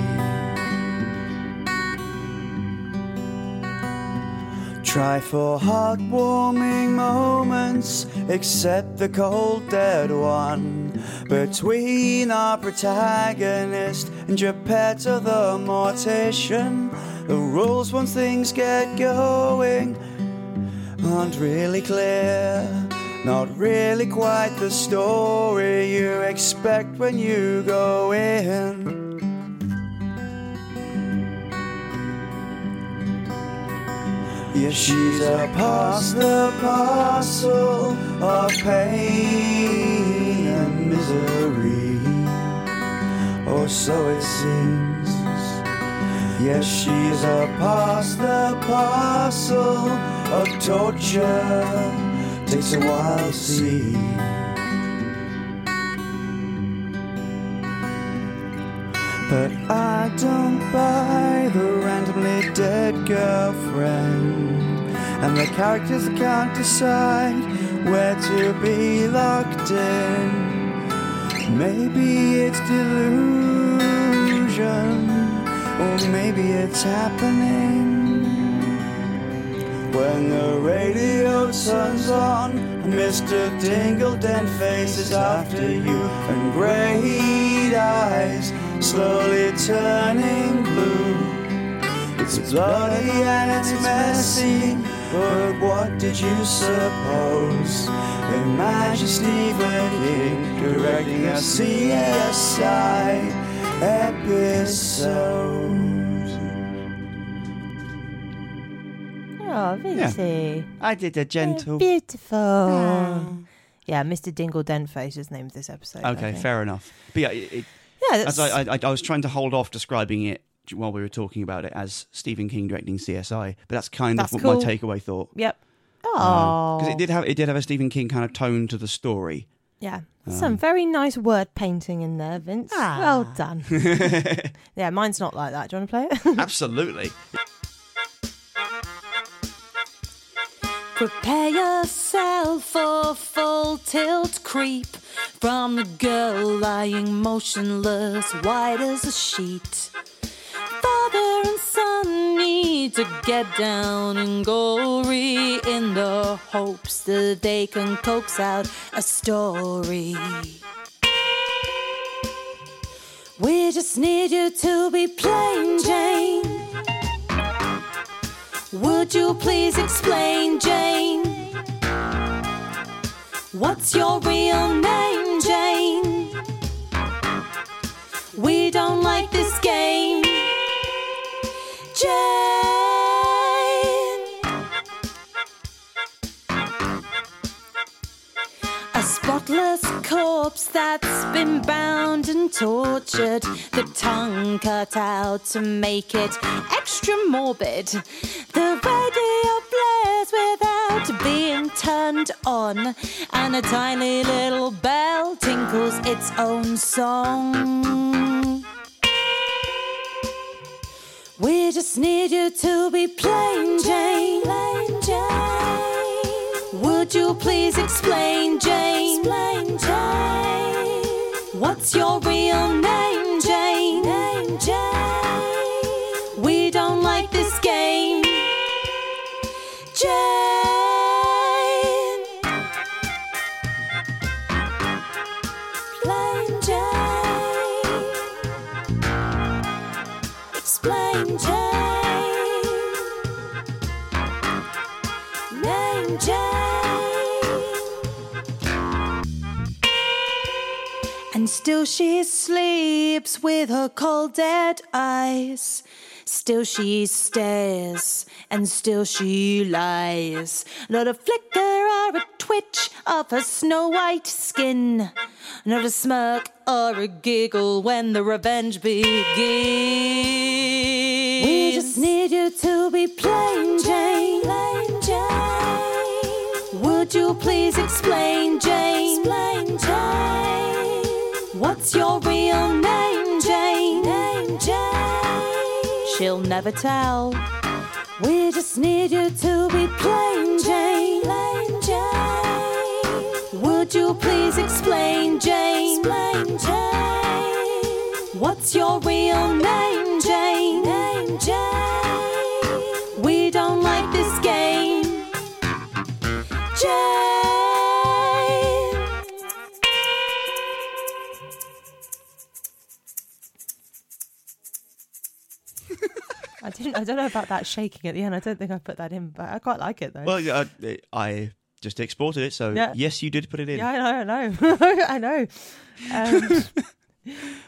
[SPEAKER 2] Try for heartwarming moments, except the cold dead one. Between our protagonist and Geppetto the Mortician, the rules once things get going aren't really clear. Not really quite the story you expect when you go in. Yeah, she's a past the parcel of pain and misery, or so it seems. Yes, she's a past the parcel of torture. Takes a while to see. But I don't buy the randomly dead girlfriend. And the characters that can't decide where to be locked in. Maybe it's delusion, or maybe it's happening. When the radio turns on, Mr. Dingle Dent faces after you, and great eyes slowly turning blue. It's bloody and it's messy, but what did you suppose? Imagine Stephen King directing a CSI episode.
[SPEAKER 3] Oh, Vincy.
[SPEAKER 2] I did a gentle. Ah.
[SPEAKER 3] Beautiful. Yeah, Mr. Dingle Dentface is the name of this episode. I
[SPEAKER 2] Okay,
[SPEAKER 3] think.
[SPEAKER 2] fair enough. But yeah, it, it,
[SPEAKER 3] Yeah,
[SPEAKER 2] as
[SPEAKER 3] that's,
[SPEAKER 2] I, I, I was trying to hold off describing it while we were talking about it as Stephen King directing CSI, but that's kind
[SPEAKER 3] That's
[SPEAKER 2] of what
[SPEAKER 3] cool.
[SPEAKER 2] my takeaway thought.
[SPEAKER 3] yep. Oh,
[SPEAKER 2] because it did have it did have a Stephen King kind of tone to the story.
[SPEAKER 3] Yeah,
[SPEAKER 2] Oh.
[SPEAKER 3] some very nice word painting in there, Vince.
[SPEAKER 2] Ah.
[SPEAKER 3] Well done. yeah, mine's not like that. Do you want to play it?
[SPEAKER 2] Absolutely.
[SPEAKER 4] Prepare yourself for full tilt creep from the girl lying motionless, white as a sheet. Father and son need to get down and gory in the hopes that they can coax out a story. We just need you to be plain Jane. Would you please explain, Jane? What's your real name, Jane? We don't like this game. Jane! A spotless corpse that's been bound and tortured, the tongue cut out to make it extra morbid. The radio blares without to being turned on, and a tiny little bell tinkles its own song. We just need you to be plain Jane. Plain Jane. Would you please explain, Jane? Explain, Jane. What's your real name, Jane? Name, Jane. We don't like this game. Jane. Plain Jane. Explain Jane. Name Jane. And still she sleeps with her cold dead eyes. Still she stares, and still she lies. Not a flicker or a twitch of her snow white skin. Not a smirk or a giggle when the revenge begins. We just need you to be plain Jane. Plain Jane. Would you please explain, Jane? Explain, Jane. What's your real name, Jane? Name Jane. She'll never tell. We just need you to be plain Jane. Plain Jane. Would you please explain, Jane? Explain, Jane. What's your real name, Jane? Name Jane. We don't like this game. Jane.
[SPEAKER 3] I didn't. I don't know about that shaking at the end. I don't think I put that in, but I quite like it though.
[SPEAKER 2] Well, yeah, I, eh, I just exported it, so
[SPEAKER 3] Yeah.
[SPEAKER 2] yes, you did put it in.
[SPEAKER 3] yeah, I know. I know. I know. Um,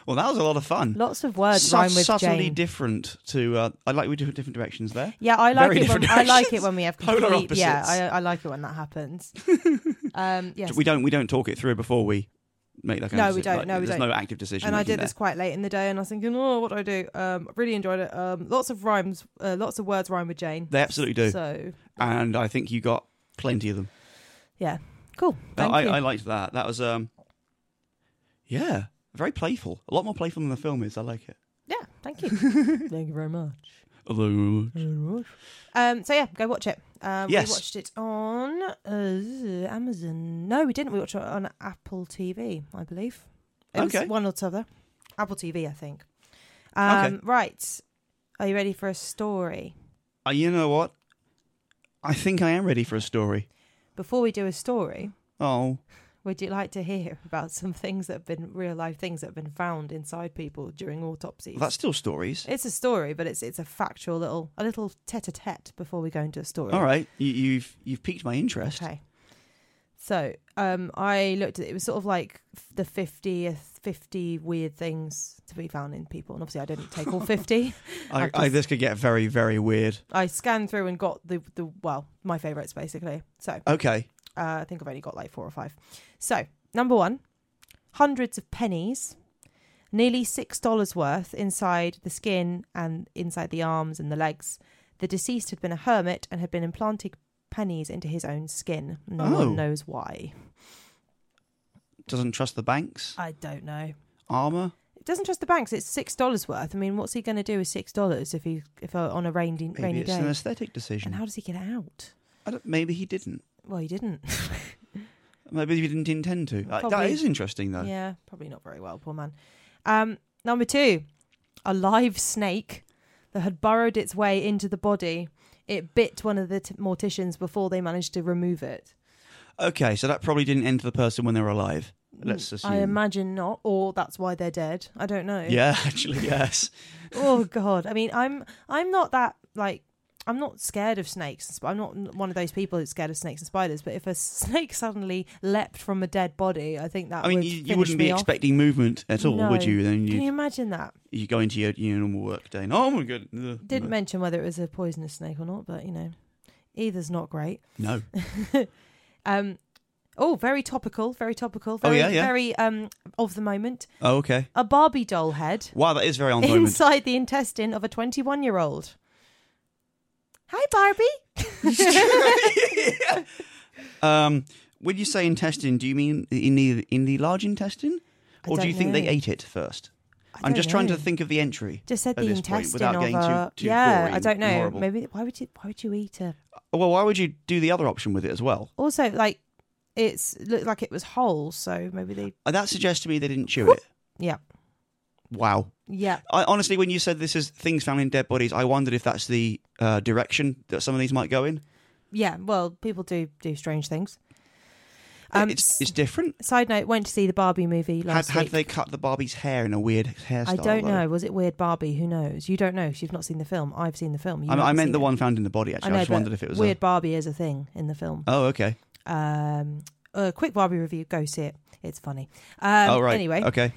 [SPEAKER 2] Well, that was a lot of fun.
[SPEAKER 3] lots of words
[SPEAKER 2] Su-
[SPEAKER 3] rhyme with
[SPEAKER 2] subtly
[SPEAKER 3] Jane.
[SPEAKER 2] different to. Uh, I like we do different directions there.
[SPEAKER 3] yeah, I like
[SPEAKER 2] very
[SPEAKER 3] it. When,
[SPEAKER 2] different
[SPEAKER 3] I like it
[SPEAKER 2] directions.
[SPEAKER 3] when we have
[SPEAKER 2] Polar
[SPEAKER 3] complete. Yeah, I,
[SPEAKER 2] opposites.
[SPEAKER 3] I like it when that happens. um, yes,
[SPEAKER 2] We don't we don't talk it through before we make that. Kind
[SPEAKER 3] No,
[SPEAKER 2] of
[SPEAKER 3] we
[SPEAKER 2] decision.
[SPEAKER 3] don't. No, we
[SPEAKER 2] there's
[SPEAKER 3] don't.
[SPEAKER 2] no active decision.
[SPEAKER 3] and I
[SPEAKER 2] making
[SPEAKER 3] did this
[SPEAKER 2] there.
[SPEAKER 3] quite late in the day, and I was thinking, oh, what do I do? Um, really enjoyed it. Um, lots of rhymes, uh, lots of words rhyme with Jane.
[SPEAKER 2] They absolutely do,
[SPEAKER 3] So
[SPEAKER 2] and I think you got plenty of them.
[SPEAKER 3] yeah, cool. Thank
[SPEAKER 2] I,
[SPEAKER 3] you.
[SPEAKER 2] I liked that. That was um, yeah, very playful. A lot more playful than the film is. I like it.
[SPEAKER 3] yeah, thank you. thank you very much.
[SPEAKER 2] Although
[SPEAKER 3] Um, so yeah, go watch it. Um,
[SPEAKER 2] Yes.
[SPEAKER 3] We watched it on uh, Amazon. No, we didn't. We watched it on Apple TV, I believe. It
[SPEAKER 2] Okay.
[SPEAKER 3] was one or the other. Apple TV, I think. Um, Right. Are you ready for a story?
[SPEAKER 2] uh, you know what, I think I am ready for a story.
[SPEAKER 3] Before we do a story,
[SPEAKER 2] Oh,
[SPEAKER 3] would you like to hear about some things that have been real life things that have been found inside people during autopsies?
[SPEAKER 2] well, that's still stories.
[SPEAKER 3] it's a story, but it's it's a factual little a little tete a tete before we go into a story.
[SPEAKER 2] All right, you, you've you've piqued my interest.
[SPEAKER 3] Okay. So um, I looked at it. It was sort of like f- the 50th, 50 weird things to be found in people. And obviously, I didn't take all 50.
[SPEAKER 2] I,
[SPEAKER 3] I've
[SPEAKER 2] I,
[SPEAKER 3] just-
[SPEAKER 2] this could get very very weird.
[SPEAKER 3] I scanned through and got the, the well, my favourites basically. So uh,
[SPEAKER 2] Okay.
[SPEAKER 3] I think I've only got like four or five. So, number one hundreds of pennies, nearly $6 worth inside the skin and inside the arms and the legs. The deceased had been a hermit and had been implanting pennies into his own skin. No
[SPEAKER 2] Oh.
[SPEAKER 3] one knows why.
[SPEAKER 2] doesn't trust the banks,
[SPEAKER 3] I don't know.
[SPEAKER 2] armor.
[SPEAKER 3] It doesn't trust the banks. It's six dollars worth. I mean, what's he going to do with six dollars if he if uh, on a rainy
[SPEAKER 2] Maybe
[SPEAKER 3] rainy
[SPEAKER 2] it's an
[SPEAKER 3] day?
[SPEAKER 2] aesthetic decision.
[SPEAKER 3] And how does he get out?
[SPEAKER 2] I don't- maybe he didn't.
[SPEAKER 3] Well, he didn't.
[SPEAKER 2] Maybe he didn't intend to. Uh, that
[SPEAKER 3] Probably.
[SPEAKER 2] is interesting though.
[SPEAKER 3] yeah, probably not very well, poor man. Um, number two, a live snake that had burrowed its way into the body. It bit one of the t- morticians before they managed to remove it.
[SPEAKER 2] Okay, so that probably didn't enter the person when they were alive. Let's assume.
[SPEAKER 3] I imagine not, or that's why they're dead. I don't know.
[SPEAKER 2] Yeah, actually, yes.
[SPEAKER 3] oh god i mean i'm i'm not that like i'm not scared of snakes and sp- i'm not n- one of those people who's scared of snakes and spiders but if a snake suddenly leapt from a dead body i think that
[SPEAKER 2] I mean,
[SPEAKER 3] would
[SPEAKER 2] you, you
[SPEAKER 3] finish
[SPEAKER 2] wouldn't
[SPEAKER 3] me
[SPEAKER 2] be
[SPEAKER 3] off.
[SPEAKER 2] expecting movement at all, would
[SPEAKER 3] No.
[SPEAKER 2] you? Then
[SPEAKER 3] can you
[SPEAKER 2] you
[SPEAKER 3] imagine that
[SPEAKER 2] you go into your, your normal work day. And, oh my god. ugh,
[SPEAKER 3] didn't
[SPEAKER 2] no.
[SPEAKER 3] mention whether it was a poisonous snake or not but you know either's not great
[SPEAKER 2] no.
[SPEAKER 3] um oh very topical very topical very
[SPEAKER 2] Oh, yeah, yeah.
[SPEAKER 3] very um of the moment
[SPEAKER 2] Oh, okay.
[SPEAKER 3] a barbie doll head
[SPEAKER 2] Wow, that is very on moment.
[SPEAKER 3] inside the intestine of a 21 year old hi barbie
[SPEAKER 2] Um, when you say intestine, do you mean in the in the large intestine,
[SPEAKER 3] I
[SPEAKER 2] or do
[SPEAKER 3] don't
[SPEAKER 2] you think they
[SPEAKER 3] know.
[SPEAKER 2] ate it first?
[SPEAKER 3] I
[SPEAKER 2] I'm
[SPEAKER 3] don't
[SPEAKER 2] just trying to
[SPEAKER 3] know.
[SPEAKER 2] think of the entry.
[SPEAKER 3] Just said
[SPEAKER 2] at
[SPEAKER 3] the
[SPEAKER 2] this point,
[SPEAKER 3] intestine
[SPEAKER 2] without
[SPEAKER 3] of
[SPEAKER 2] getting
[SPEAKER 3] a,
[SPEAKER 2] too- too
[SPEAKER 3] yeah.
[SPEAKER 2] gory
[SPEAKER 3] I don't
[SPEAKER 2] and
[SPEAKER 3] know.
[SPEAKER 2] horrible. Oh,
[SPEAKER 3] Maybe why would you why would you eat a
[SPEAKER 2] Well, why would you do the other option with it as well?
[SPEAKER 3] Also, like it's looked like it was whole, so maybe they.
[SPEAKER 2] Uh, That suggests to me they didn't chew it.
[SPEAKER 3] Yeah,
[SPEAKER 2] Wow.
[SPEAKER 3] yeah.
[SPEAKER 2] I, honestly, when you said this is things found in dead bodies, I wondered if that's the uh, direction that some of these might go in.
[SPEAKER 3] Yeah, well, people do do strange things.
[SPEAKER 2] Uh,
[SPEAKER 3] Um,
[SPEAKER 2] it's,
[SPEAKER 3] s-
[SPEAKER 2] it's different.
[SPEAKER 3] side note: went to see the Barbie movie
[SPEAKER 2] Had,
[SPEAKER 3] last
[SPEAKER 2] had
[SPEAKER 3] week.
[SPEAKER 2] they cut the Barbie's hair in a weird hairstyle?
[SPEAKER 3] I don't
[SPEAKER 2] though?
[SPEAKER 3] know. Was it weird Barbie? Who knows? You don't know. 'cause You've not seen the film. I've seen the film. You
[SPEAKER 2] I, I
[SPEAKER 3] haven't
[SPEAKER 2] meant
[SPEAKER 3] seen
[SPEAKER 2] the
[SPEAKER 3] it.
[SPEAKER 2] one found in the body.
[SPEAKER 3] I
[SPEAKER 2] Actually, I,
[SPEAKER 3] know,
[SPEAKER 2] just
[SPEAKER 3] but
[SPEAKER 2] wondered if it was
[SPEAKER 3] weird
[SPEAKER 2] A...
[SPEAKER 3] Barbie is a thing in the film.
[SPEAKER 2] Oh, okay.
[SPEAKER 3] Um, a quick Barbie review. Go see it. It's funny. Um,
[SPEAKER 2] oh, right.
[SPEAKER 3] Anyway,
[SPEAKER 2] okay.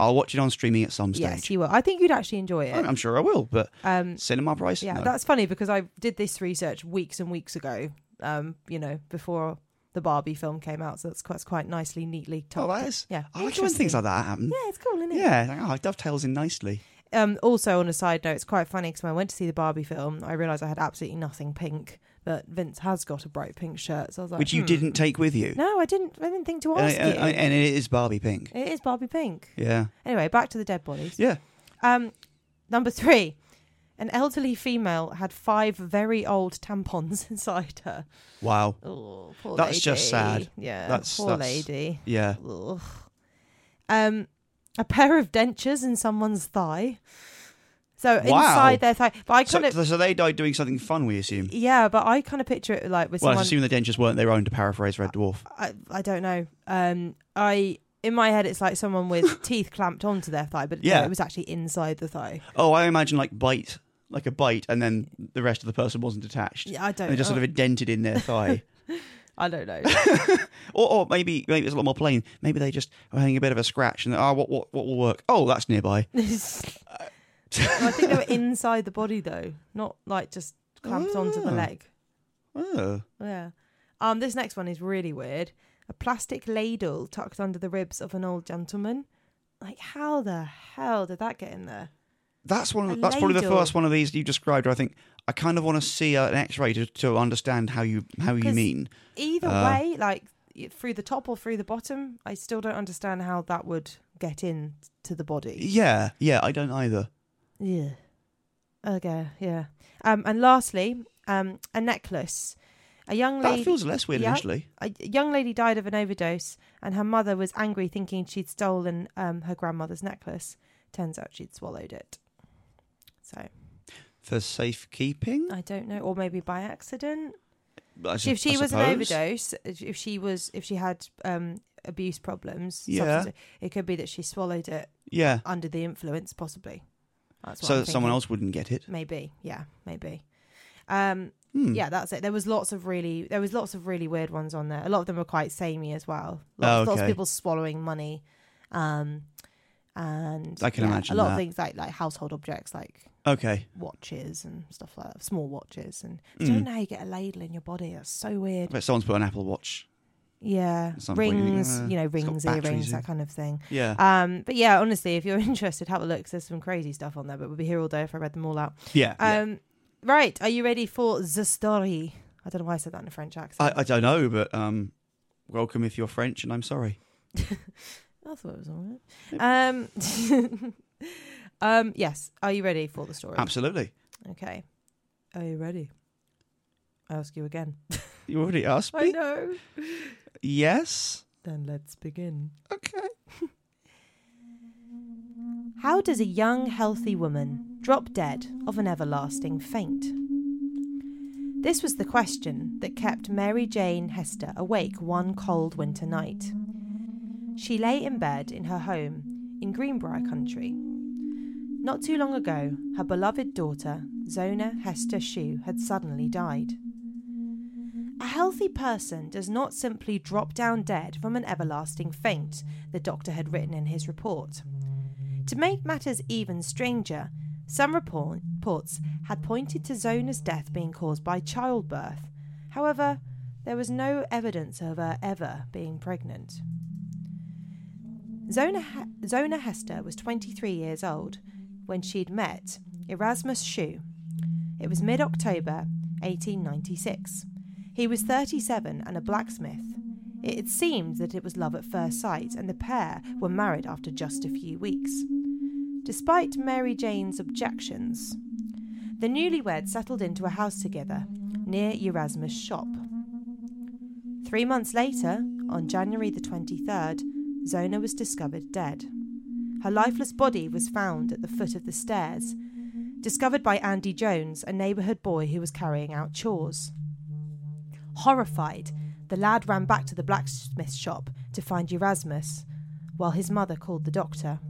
[SPEAKER 2] I'll watch it on streaming at some stage.
[SPEAKER 3] yes, you will. I think you'd actually enjoy it.
[SPEAKER 2] I'm I'm sure I will, but
[SPEAKER 3] Um,
[SPEAKER 2] cinema price?
[SPEAKER 3] Yeah,
[SPEAKER 2] No.
[SPEAKER 3] that's funny because I did this research weeks and weeks ago. Um, you know, before the Barbie film came out, so that's quite, that's quite nicely, neatly.
[SPEAKER 2] Oh,
[SPEAKER 3] Topped.
[SPEAKER 2] that is.
[SPEAKER 3] Yeah,
[SPEAKER 2] I like it when things like that happen.
[SPEAKER 3] Yeah, it's cool, isn't it?
[SPEAKER 2] Yeah, like, oh, it dovetails in nicely.
[SPEAKER 3] Um, also, on a side note, it's quite funny because when I went to see the Barbie film, I realised I had absolutely nothing pink, but Vince has got a bright pink shirt, so I was like,
[SPEAKER 2] Which you
[SPEAKER 3] hmm.
[SPEAKER 2] didn't take with you.
[SPEAKER 3] No, I didn't. I didn't think to
[SPEAKER 2] and,
[SPEAKER 3] ask
[SPEAKER 2] and-
[SPEAKER 3] you.
[SPEAKER 2] and- and it is Barbie Pink.
[SPEAKER 3] it is Barbie pink.
[SPEAKER 2] Yeah.
[SPEAKER 3] Anyway, back to the dead bodies.
[SPEAKER 2] Yeah.
[SPEAKER 3] Um, number three, an elderly female had five very old tampons inside her.
[SPEAKER 2] Wow.
[SPEAKER 3] Oh, poor
[SPEAKER 2] That's just
[SPEAKER 3] lady.
[SPEAKER 2] sad.
[SPEAKER 3] Yeah,
[SPEAKER 2] That's-
[SPEAKER 3] poor
[SPEAKER 2] that's-
[SPEAKER 3] lady.
[SPEAKER 2] Yeah.
[SPEAKER 3] Ugh. Um, a pair of dentures in someone's thigh. So
[SPEAKER 2] Wow.
[SPEAKER 3] inside their thigh, but I
[SPEAKER 2] So,
[SPEAKER 3] kind of
[SPEAKER 2] so they died doing something fun, we assume.
[SPEAKER 3] yeah, but I kind of picture it like with
[SPEAKER 2] Well, I
[SPEAKER 3] someone.
[SPEAKER 2] assume the dentures weren't their own, to paraphrase Red Dwarf.
[SPEAKER 3] I, I don't know. Um, I in my head it's like someone with teeth clamped onto their thigh, but yeah,
[SPEAKER 2] Yeah.
[SPEAKER 3] it was actually inside the thigh.
[SPEAKER 2] Oh, I imagine like bite, like a bite, and then the rest of the person wasn't attached.
[SPEAKER 3] Yeah, I don't.
[SPEAKER 2] And it just sort of indented in their thigh.
[SPEAKER 3] I don't know.
[SPEAKER 2] or, or maybe maybe it's a lot more plain. Maybe they just are having a bit of a scratch and, oh, what, what, what will work? Oh, that's nearby.
[SPEAKER 3] I think they were inside the body though, not like just clamped onto the
[SPEAKER 2] Oh.
[SPEAKER 3] leg.
[SPEAKER 2] Oh.
[SPEAKER 3] Yeah. Um, this next one is really weird. A plastic ladle tucked under the ribs of an old gentleman. Like, how the hell did that get in there?
[SPEAKER 2] That's one.
[SPEAKER 3] A
[SPEAKER 2] Of, that's probably the
[SPEAKER 3] ladle.
[SPEAKER 2] first one of these you described. Where I think I kind of want to see uh, an X-ray to, to understand how you how you
[SPEAKER 3] 'Cause-
[SPEAKER 2] mean.
[SPEAKER 3] Either
[SPEAKER 2] Uh.
[SPEAKER 3] way, like y- through the top or through the bottom, I still don't understand how that would get in to the body.
[SPEAKER 2] Yeah, yeah, I don't either.
[SPEAKER 3] Yeah. Okay. Yeah. Um, and lastly, um, a necklace. A young
[SPEAKER 2] That
[SPEAKER 3] lady.
[SPEAKER 2] feels less weird
[SPEAKER 3] yeah.
[SPEAKER 2] initially.
[SPEAKER 3] a young lady died of an overdose and her mother was angry thinking she'd stolen um, her grandmother's necklace turns out she'd swallowed it so
[SPEAKER 2] for safekeeping.
[SPEAKER 3] i don't know or maybe by accident
[SPEAKER 2] I su-
[SPEAKER 3] if she
[SPEAKER 2] I
[SPEAKER 3] was an
[SPEAKER 2] suppose.
[SPEAKER 3] overdose if she was if she had um, abuse problems
[SPEAKER 2] Yeah.
[SPEAKER 3] substance- it could be that she swallowed it
[SPEAKER 2] yeah,
[SPEAKER 3] under the influence possibly That's what
[SPEAKER 2] so
[SPEAKER 3] I'm
[SPEAKER 2] that someone
[SPEAKER 3] thinking.
[SPEAKER 2] else wouldn't get it.
[SPEAKER 3] maybe yeah maybe um
[SPEAKER 2] Hmm.
[SPEAKER 3] yeah that's it there was lots of really there was lots of really weird ones on there a lot of them were quite samey as well lots,
[SPEAKER 2] Oh,
[SPEAKER 3] lots of
[SPEAKER 2] okay.
[SPEAKER 3] people swallowing money um and
[SPEAKER 2] I can
[SPEAKER 3] yeah,
[SPEAKER 2] imagine
[SPEAKER 3] a lot of
[SPEAKER 2] that.
[SPEAKER 3] things like like household objects like
[SPEAKER 2] Okay.
[SPEAKER 3] watches and stuff like that small watches and I don't know how you get a ladle in your body that's so weird
[SPEAKER 2] Hmm. But someone's put an Apple Watch.
[SPEAKER 3] yeah
[SPEAKER 2] At some point you think,
[SPEAKER 3] rings
[SPEAKER 2] uh,
[SPEAKER 3] you know
[SPEAKER 2] it's got
[SPEAKER 3] rings
[SPEAKER 2] batteries
[SPEAKER 3] earrings
[SPEAKER 2] in.
[SPEAKER 3] that kind of thing
[SPEAKER 2] Yeah.
[SPEAKER 3] um but yeah honestly if you're interested have a look 'cause there's some crazy stuff on there but we'll be here all day if I read them all out
[SPEAKER 2] yeah. yeah.
[SPEAKER 3] um, right. Are you ready for the story? I don't know why I said that in a French accent.
[SPEAKER 2] I, I don't know, but um, welcome if you're French, and I'm sorry.
[SPEAKER 3] I thought it was all right. Um, um, yes. Are you ready for the story?
[SPEAKER 2] Absolutely.
[SPEAKER 3] Okay. Are you ready? I ask you again.
[SPEAKER 2] You already asked
[SPEAKER 3] I
[SPEAKER 2] me.
[SPEAKER 3] know.
[SPEAKER 2] Yes.
[SPEAKER 3] Then let's begin.
[SPEAKER 2] Okay.
[SPEAKER 3] How does a young, healthy woman drop dead of an everlasting faint? This was the question that kept Mary Jane Hester awake one cold winter night. She lay in bed in her home in Greenbrier country. Not too long ago, her beloved daughter, Zona Hester Shue, had suddenly died. A healthy person does not simply drop down dead from an everlasting faint, the doctor had written in his report. To make matters even stranger, some report- reports had pointed to Zona's death being caused by childbirth. However, there was no evidence of her ever being pregnant. Zona, He- Zona Hester was 23 years old when she'd met Erasmus Shue. It was mid October 1896. He was 37 and a blacksmith. It had seemed that it was love at first sight, and the pair were married after just a few weeks. Despite Mary Jane's objections, the newlyweds settled into a house together near Erasmus' shop. Three months later, on January the 23rd, Zona was discovered dead. Her lifeless body was found at the foot of the stairs, discovered by Andy Jones, a neighbourhood boy who was carrying out chores. Horrified, the lad ran back to the blacksmith shop to find Erasmus, while his mother called the doctor.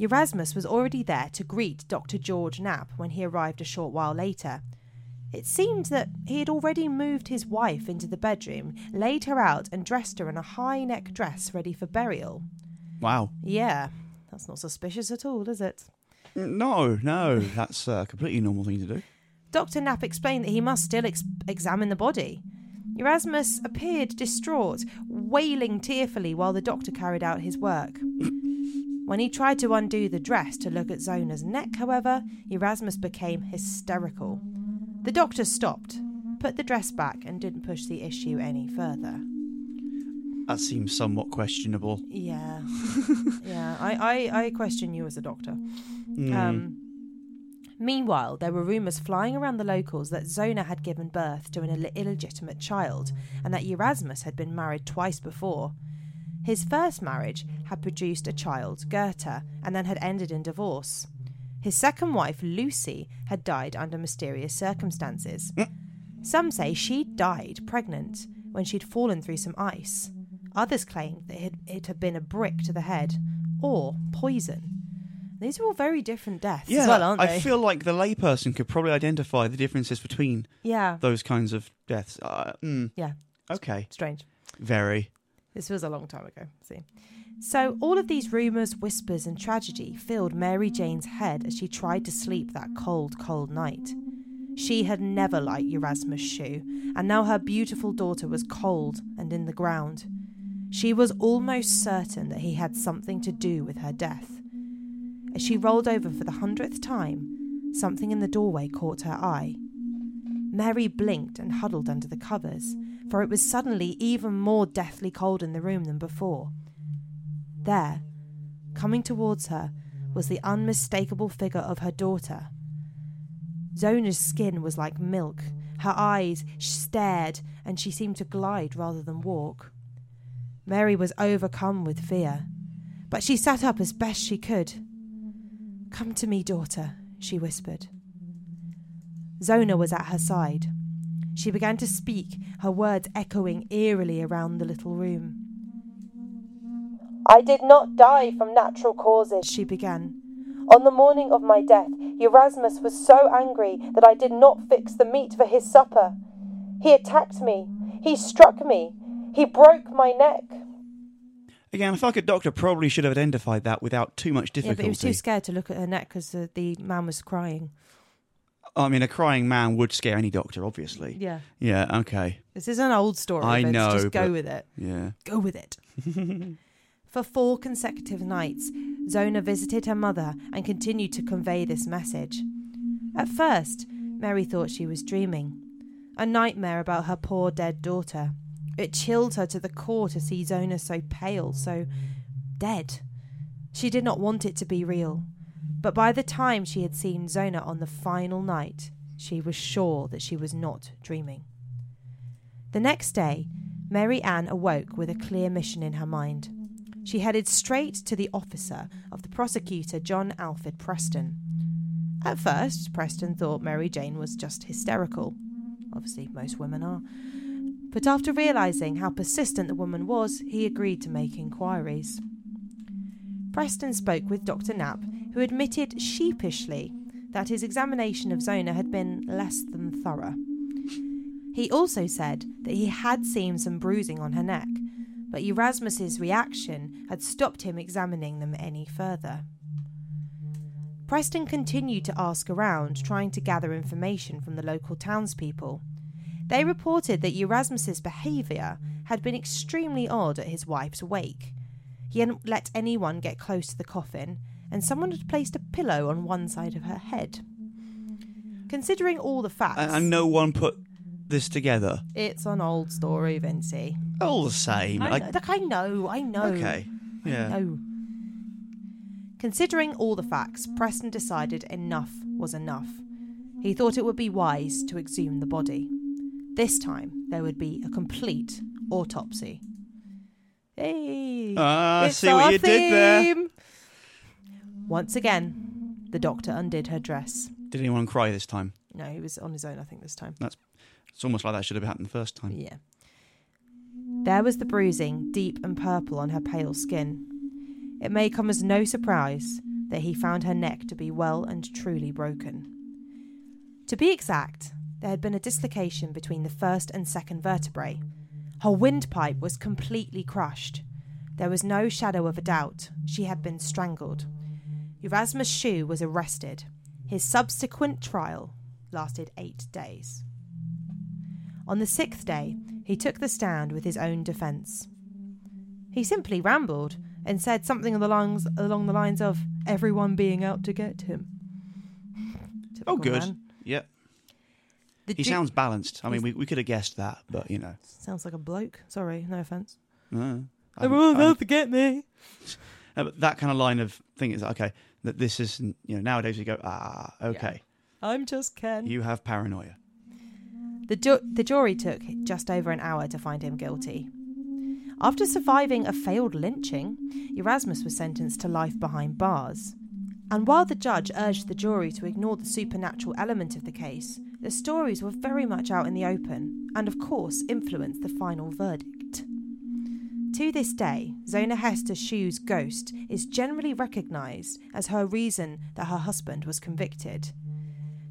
[SPEAKER 3] Erasmus was already there to greet Dr. George Knapp when he arrived a short while later. It seemed that he had already moved his wife into the bedroom, laid her out, and dressed her in a high neck dress ready for burial.
[SPEAKER 2] Wow.
[SPEAKER 3] Yeah, that's not suspicious at all, is it?
[SPEAKER 2] No, no, that's a completely normal thing to do.
[SPEAKER 3] Dr. Knapp explained that he must still ex- examine the body. Erasmus appeared distraught, wailing tearfully while the doctor carried out his work. when he tried to undo the dress to look at Zona's neck, however, Erasmus became hysterical. The doctor stopped, put the dress back, and didn't push the issue any further.
[SPEAKER 2] That seems somewhat questionable.
[SPEAKER 3] Yeah. yeah. I, I, I question you as a doctor. Um, meanwhile, there were rumours flying around the locals that Zona had given birth to an Ill- illegitimate child and that Erasmus had been married twice before. His first marriage had produced a child, Goethe, and then had ended in divorce. His second wife, Lucy, had died under mysterious circumstances. Some say she died pregnant when she'd fallen through some ice. Others claimed that it had, it had been a brick to the head or poison. These are all very different deaths as well, aren't they?
[SPEAKER 2] I feel like the layperson could probably identify the differences between
[SPEAKER 3] yeah,
[SPEAKER 2] those kinds of deaths. Uh, mm,
[SPEAKER 3] yeah,
[SPEAKER 2] okay,
[SPEAKER 3] strange.
[SPEAKER 2] very.
[SPEAKER 3] This was a long time ago. See, so all of these rumours, whispers, and tragedy filled Mary Jane's head as she tried to sleep that cold, cold night. She had never liked Erasmus Shoe, and now her beautiful daughter was cold and in the ground. She was almost certain that he had something to do with her death. As she rolled over for the hundredth time, something in the doorway caught her eye. Mary blinked and huddled under the covers, for it was suddenly even more deathly cold in the room than before. There, coming towards her, was the unmistakable figure of her daughter. Zona's skin was like milk. Her eyes stared, and she seemed to glide rather than walk. Mary was overcome with fear, but she sat up as best she could. Come to me, daughter, she whispered. Zona was at her side. She began to speak, her words echoing eerily around the little room. I did not die from natural causes, she began. On the morning of my death, Erasmus was so angry that I did not fix the meat for his supper. He attacked me. He struck me. He broke my neck.
[SPEAKER 2] Again, I feel like a doctor probably should have identified that without too much
[SPEAKER 3] Yeah,
[SPEAKER 2] difficulty.
[SPEAKER 3] but he was too scared to look at her neck because the, the man was crying.
[SPEAKER 2] I mean, a crying man would scare any doctor, obviously.
[SPEAKER 3] Yeah.
[SPEAKER 2] Yeah, okay.
[SPEAKER 3] This is an old story.
[SPEAKER 2] I
[SPEAKER 3] but
[SPEAKER 2] know,
[SPEAKER 3] Just go
[SPEAKER 2] but-
[SPEAKER 3] with it.
[SPEAKER 2] Yeah.
[SPEAKER 3] Go with it. For four consecutive nights, Zona visited her mother and continued to convey this message. At first, Mary thought she was dreaming. A nightmare about her poor dead daughter. It chilled her to the core to see Zona so pale, so dead. She did not want it to be real. But by the time she had seen Zona on the final night, she was sure that she was not dreaming. The next day, Mary Ann awoke with a clear mission in her mind. She headed straight to the officer of the prosecutor, John Alfred Preston. At first, Preston thought Mary Jane was just hysterical. Obviously, most women are. But after realizing how persistent the woman was, he agreed to make inquiries. Preston spoke with Dr. Knapp, who admitted sheepishly that his examination of Zona had been less than thorough. He also said that he had seen some bruising on her neck, but Erasmus's reaction had stopped him examining them any further. Preston continued to ask around, trying to gather information from the local townspeople. They reported that Erasmus's behaviour had been extremely odd at his wife's wake. He hadn't let anyone get close to the coffin, and someone had placed a pillow on one side of her head. Considering all the facts,
[SPEAKER 2] And, and no one put this together.
[SPEAKER 3] it's an old story, Vinci.
[SPEAKER 2] All the same.
[SPEAKER 3] I
[SPEAKER 2] like-
[SPEAKER 3] know, like, I know, I know.
[SPEAKER 2] okay. Yeah.
[SPEAKER 3] No. Considering all the facts, Preston decided enough was enough. He thought it would be wise to exhume the body. This time, there would be a complete autopsy. Hey!
[SPEAKER 2] Ah, I see what you did there.
[SPEAKER 3] theme. Once again, the doctor undid her dress.
[SPEAKER 2] Did anyone cry this time?
[SPEAKER 3] No, he was on his own, I think, this time.
[SPEAKER 2] It's almost like that should have happened the first time.
[SPEAKER 3] Yeah. There was the bruising, deep and purple, on her pale skin. It may come as no surprise that he found her neck to be well and truly broken. To be exact, there had been a dislocation between the first and second vertebrae. Her windpipe was completely crushed. There was no shadow of a doubt. She had been strangled. Erasmus Shue was arrested. His subsequent trial lasted eight days. On the sixth day, he took the stand with his own defence. He simply rambled and said something on the lines, along the lines of everyone being out to get him.
[SPEAKER 2] Oh,
[SPEAKER 3] Typical
[SPEAKER 2] good.
[SPEAKER 3] man.
[SPEAKER 2] Yeah.
[SPEAKER 3] The
[SPEAKER 2] He
[SPEAKER 3] ju-
[SPEAKER 2] sounds balanced. I mean,
[SPEAKER 3] He's-
[SPEAKER 2] we, we could have guessed that, but you know.
[SPEAKER 3] sounds like a bloke. Sorry, no offence.
[SPEAKER 2] Uh, I-
[SPEAKER 3] Everyone's
[SPEAKER 2] I-
[SPEAKER 3] out to get me.
[SPEAKER 2] uh, but that kind of line of thing is okay. That this is, you know, nowadays we go, ah, okay,
[SPEAKER 3] I'm just Ken.
[SPEAKER 2] you have paranoia.
[SPEAKER 3] The, ju- the jury took just over an hour to find him guilty. After surviving a failed lynching, Erasmus was sentenced to life behind bars. And while the judge urged the jury to ignore the supernatural element of the case, the stories were very much out in the open and, of course, influenced the final verdict. To this day, Zona Hester Shue's ghost is generally recognised as her reason that her husband was convicted.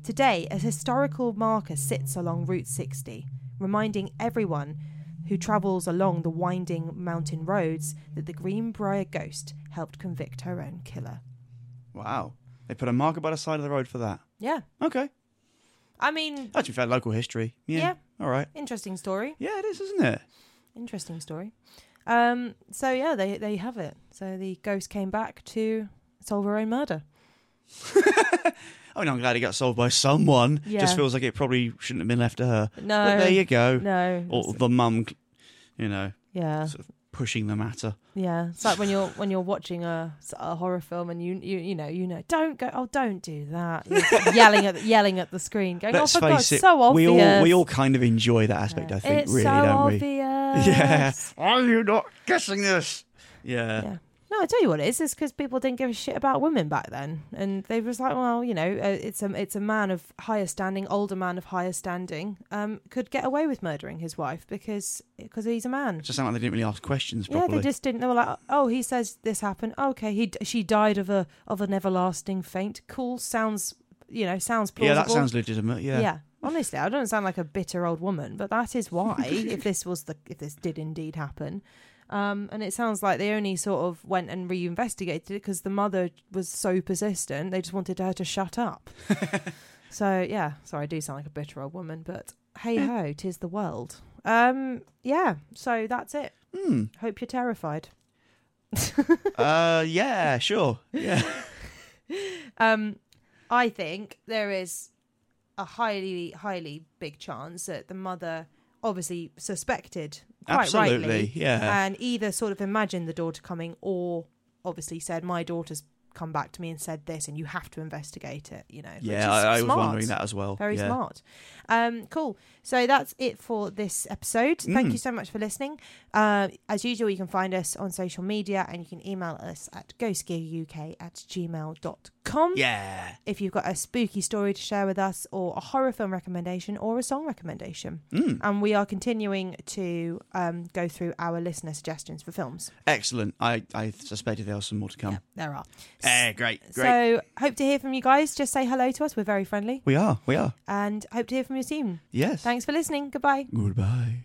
[SPEAKER 3] Today, a historical marker sits along Route 60, reminding everyone who travels along the winding mountain roads that the Greenbrier ghost helped convict her own killer.
[SPEAKER 2] Wow. They put a marker by the side of the road for that.
[SPEAKER 3] Yeah.
[SPEAKER 2] Okay.
[SPEAKER 3] I mean,
[SPEAKER 2] That's in fact local history. Yeah.
[SPEAKER 3] Yeah.
[SPEAKER 2] All right.
[SPEAKER 3] interesting story.
[SPEAKER 2] Yeah, it is, isn't it?
[SPEAKER 3] Interesting story. Um, so, yeah, they, they have it. So the ghost came back to solve her own murder.
[SPEAKER 2] I mean, I'm glad it got solved by someone.
[SPEAKER 3] Yeah.
[SPEAKER 2] Just feels like it probably shouldn't have been left to her. But
[SPEAKER 3] But no.
[SPEAKER 2] there you go. Oh.
[SPEAKER 3] no.
[SPEAKER 2] Or the mum, you know,
[SPEAKER 3] yeah.
[SPEAKER 2] pushing the matter.
[SPEAKER 3] Yeah, it's like when you're when you're watching a, a horror film and you you you know you know don't go oh don't do that You're sort of yelling at yelling at the screen going
[SPEAKER 2] Let's
[SPEAKER 3] oh for God,
[SPEAKER 2] face it,
[SPEAKER 3] so obvious
[SPEAKER 2] we all we all kind of enjoy that aspect. I think,
[SPEAKER 3] it's
[SPEAKER 2] really,
[SPEAKER 3] so
[SPEAKER 2] don't
[SPEAKER 3] obvious
[SPEAKER 2] we? Yeah. Are you not guessing this? Yeah.
[SPEAKER 3] yeah no I tell you what it is it's because people didn't give a shit about women back then and they was like well you know uh, it's a it's a man of higher standing older man of higher standing um could get away with murdering his wife because because he's a man
[SPEAKER 2] It just sounded like they didn't really ask questions
[SPEAKER 3] Yeah,
[SPEAKER 2] properly.
[SPEAKER 3] they just didn't. They were like, "Oh, he says this happened. Okay, he d- she died of a of an everlasting faint. Cool, sounds you know sounds
[SPEAKER 2] Yeah,
[SPEAKER 3] plausible.
[SPEAKER 2] that sounds legitimate. Yeah.
[SPEAKER 3] honestly, I don't sound like a bitter old woman, but that is why. if this was the if this did indeed happen, um, and it sounds like they only sort of went and reinvestigated it because the mother was so persistent. They just wanted her to shut up. so yeah, sorry, I do sound like a bitter old woman, but
[SPEAKER 2] Eh.
[SPEAKER 3] hey ho, tis the world. Um, yeah, so that's it.
[SPEAKER 2] Hmm.
[SPEAKER 3] Hope you're terrified.
[SPEAKER 2] uh, yeah, sure. Yeah.
[SPEAKER 3] Um, I think there is a highly, highly big chance that the mother obviously suspected quite
[SPEAKER 2] Absolutely.
[SPEAKER 3] rightly, Uh,
[SPEAKER 2] Yeah.
[SPEAKER 3] and either sort of imagined the daughter coming, or obviously said, "My daughter's come back to me and said this, and you have to investigate it." You know, which is
[SPEAKER 2] yeah, I, I was
[SPEAKER 3] smart.
[SPEAKER 2] wondering that as well.
[SPEAKER 3] Very
[SPEAKER 2] yeah.
[SPEAKER 3] smart. Um, cool. So that's it for this episode. Thank
[SPEAKER 2] Mm.
[SPEAKER 3] you so much for listening. Uh, as usual, you can find us on social media and you can email us at ghostgearuk at gmail.com.
[SPEAKER 2] Yeah.
[SPEAKER 3] If you've got a spooky story to share with us, or a horror film recommendation, or a song recommendation.
[SPEAKER 2] Mm.
[SPEAKER 3] And we are continuing to um, go through our listener suggestions for films.
[SPEAKER 2] Excellent. I, I suspected there was some more to come.
[SPEAKER 3] There are.
[SPEAKER 2] Eh, great, great.
[SPEAKER 3] So, hope to hear from you guys. Just say hello to us. We're very friendly
[SPEAKER 2] we are, we are.
[SPEAKER 3] and hope to hear from you soon.
[SPEAKER 2] Yes.
[SPEAKER 3] Thanks for listening. Goodbye.
[SPEAKER 2] Goodbye.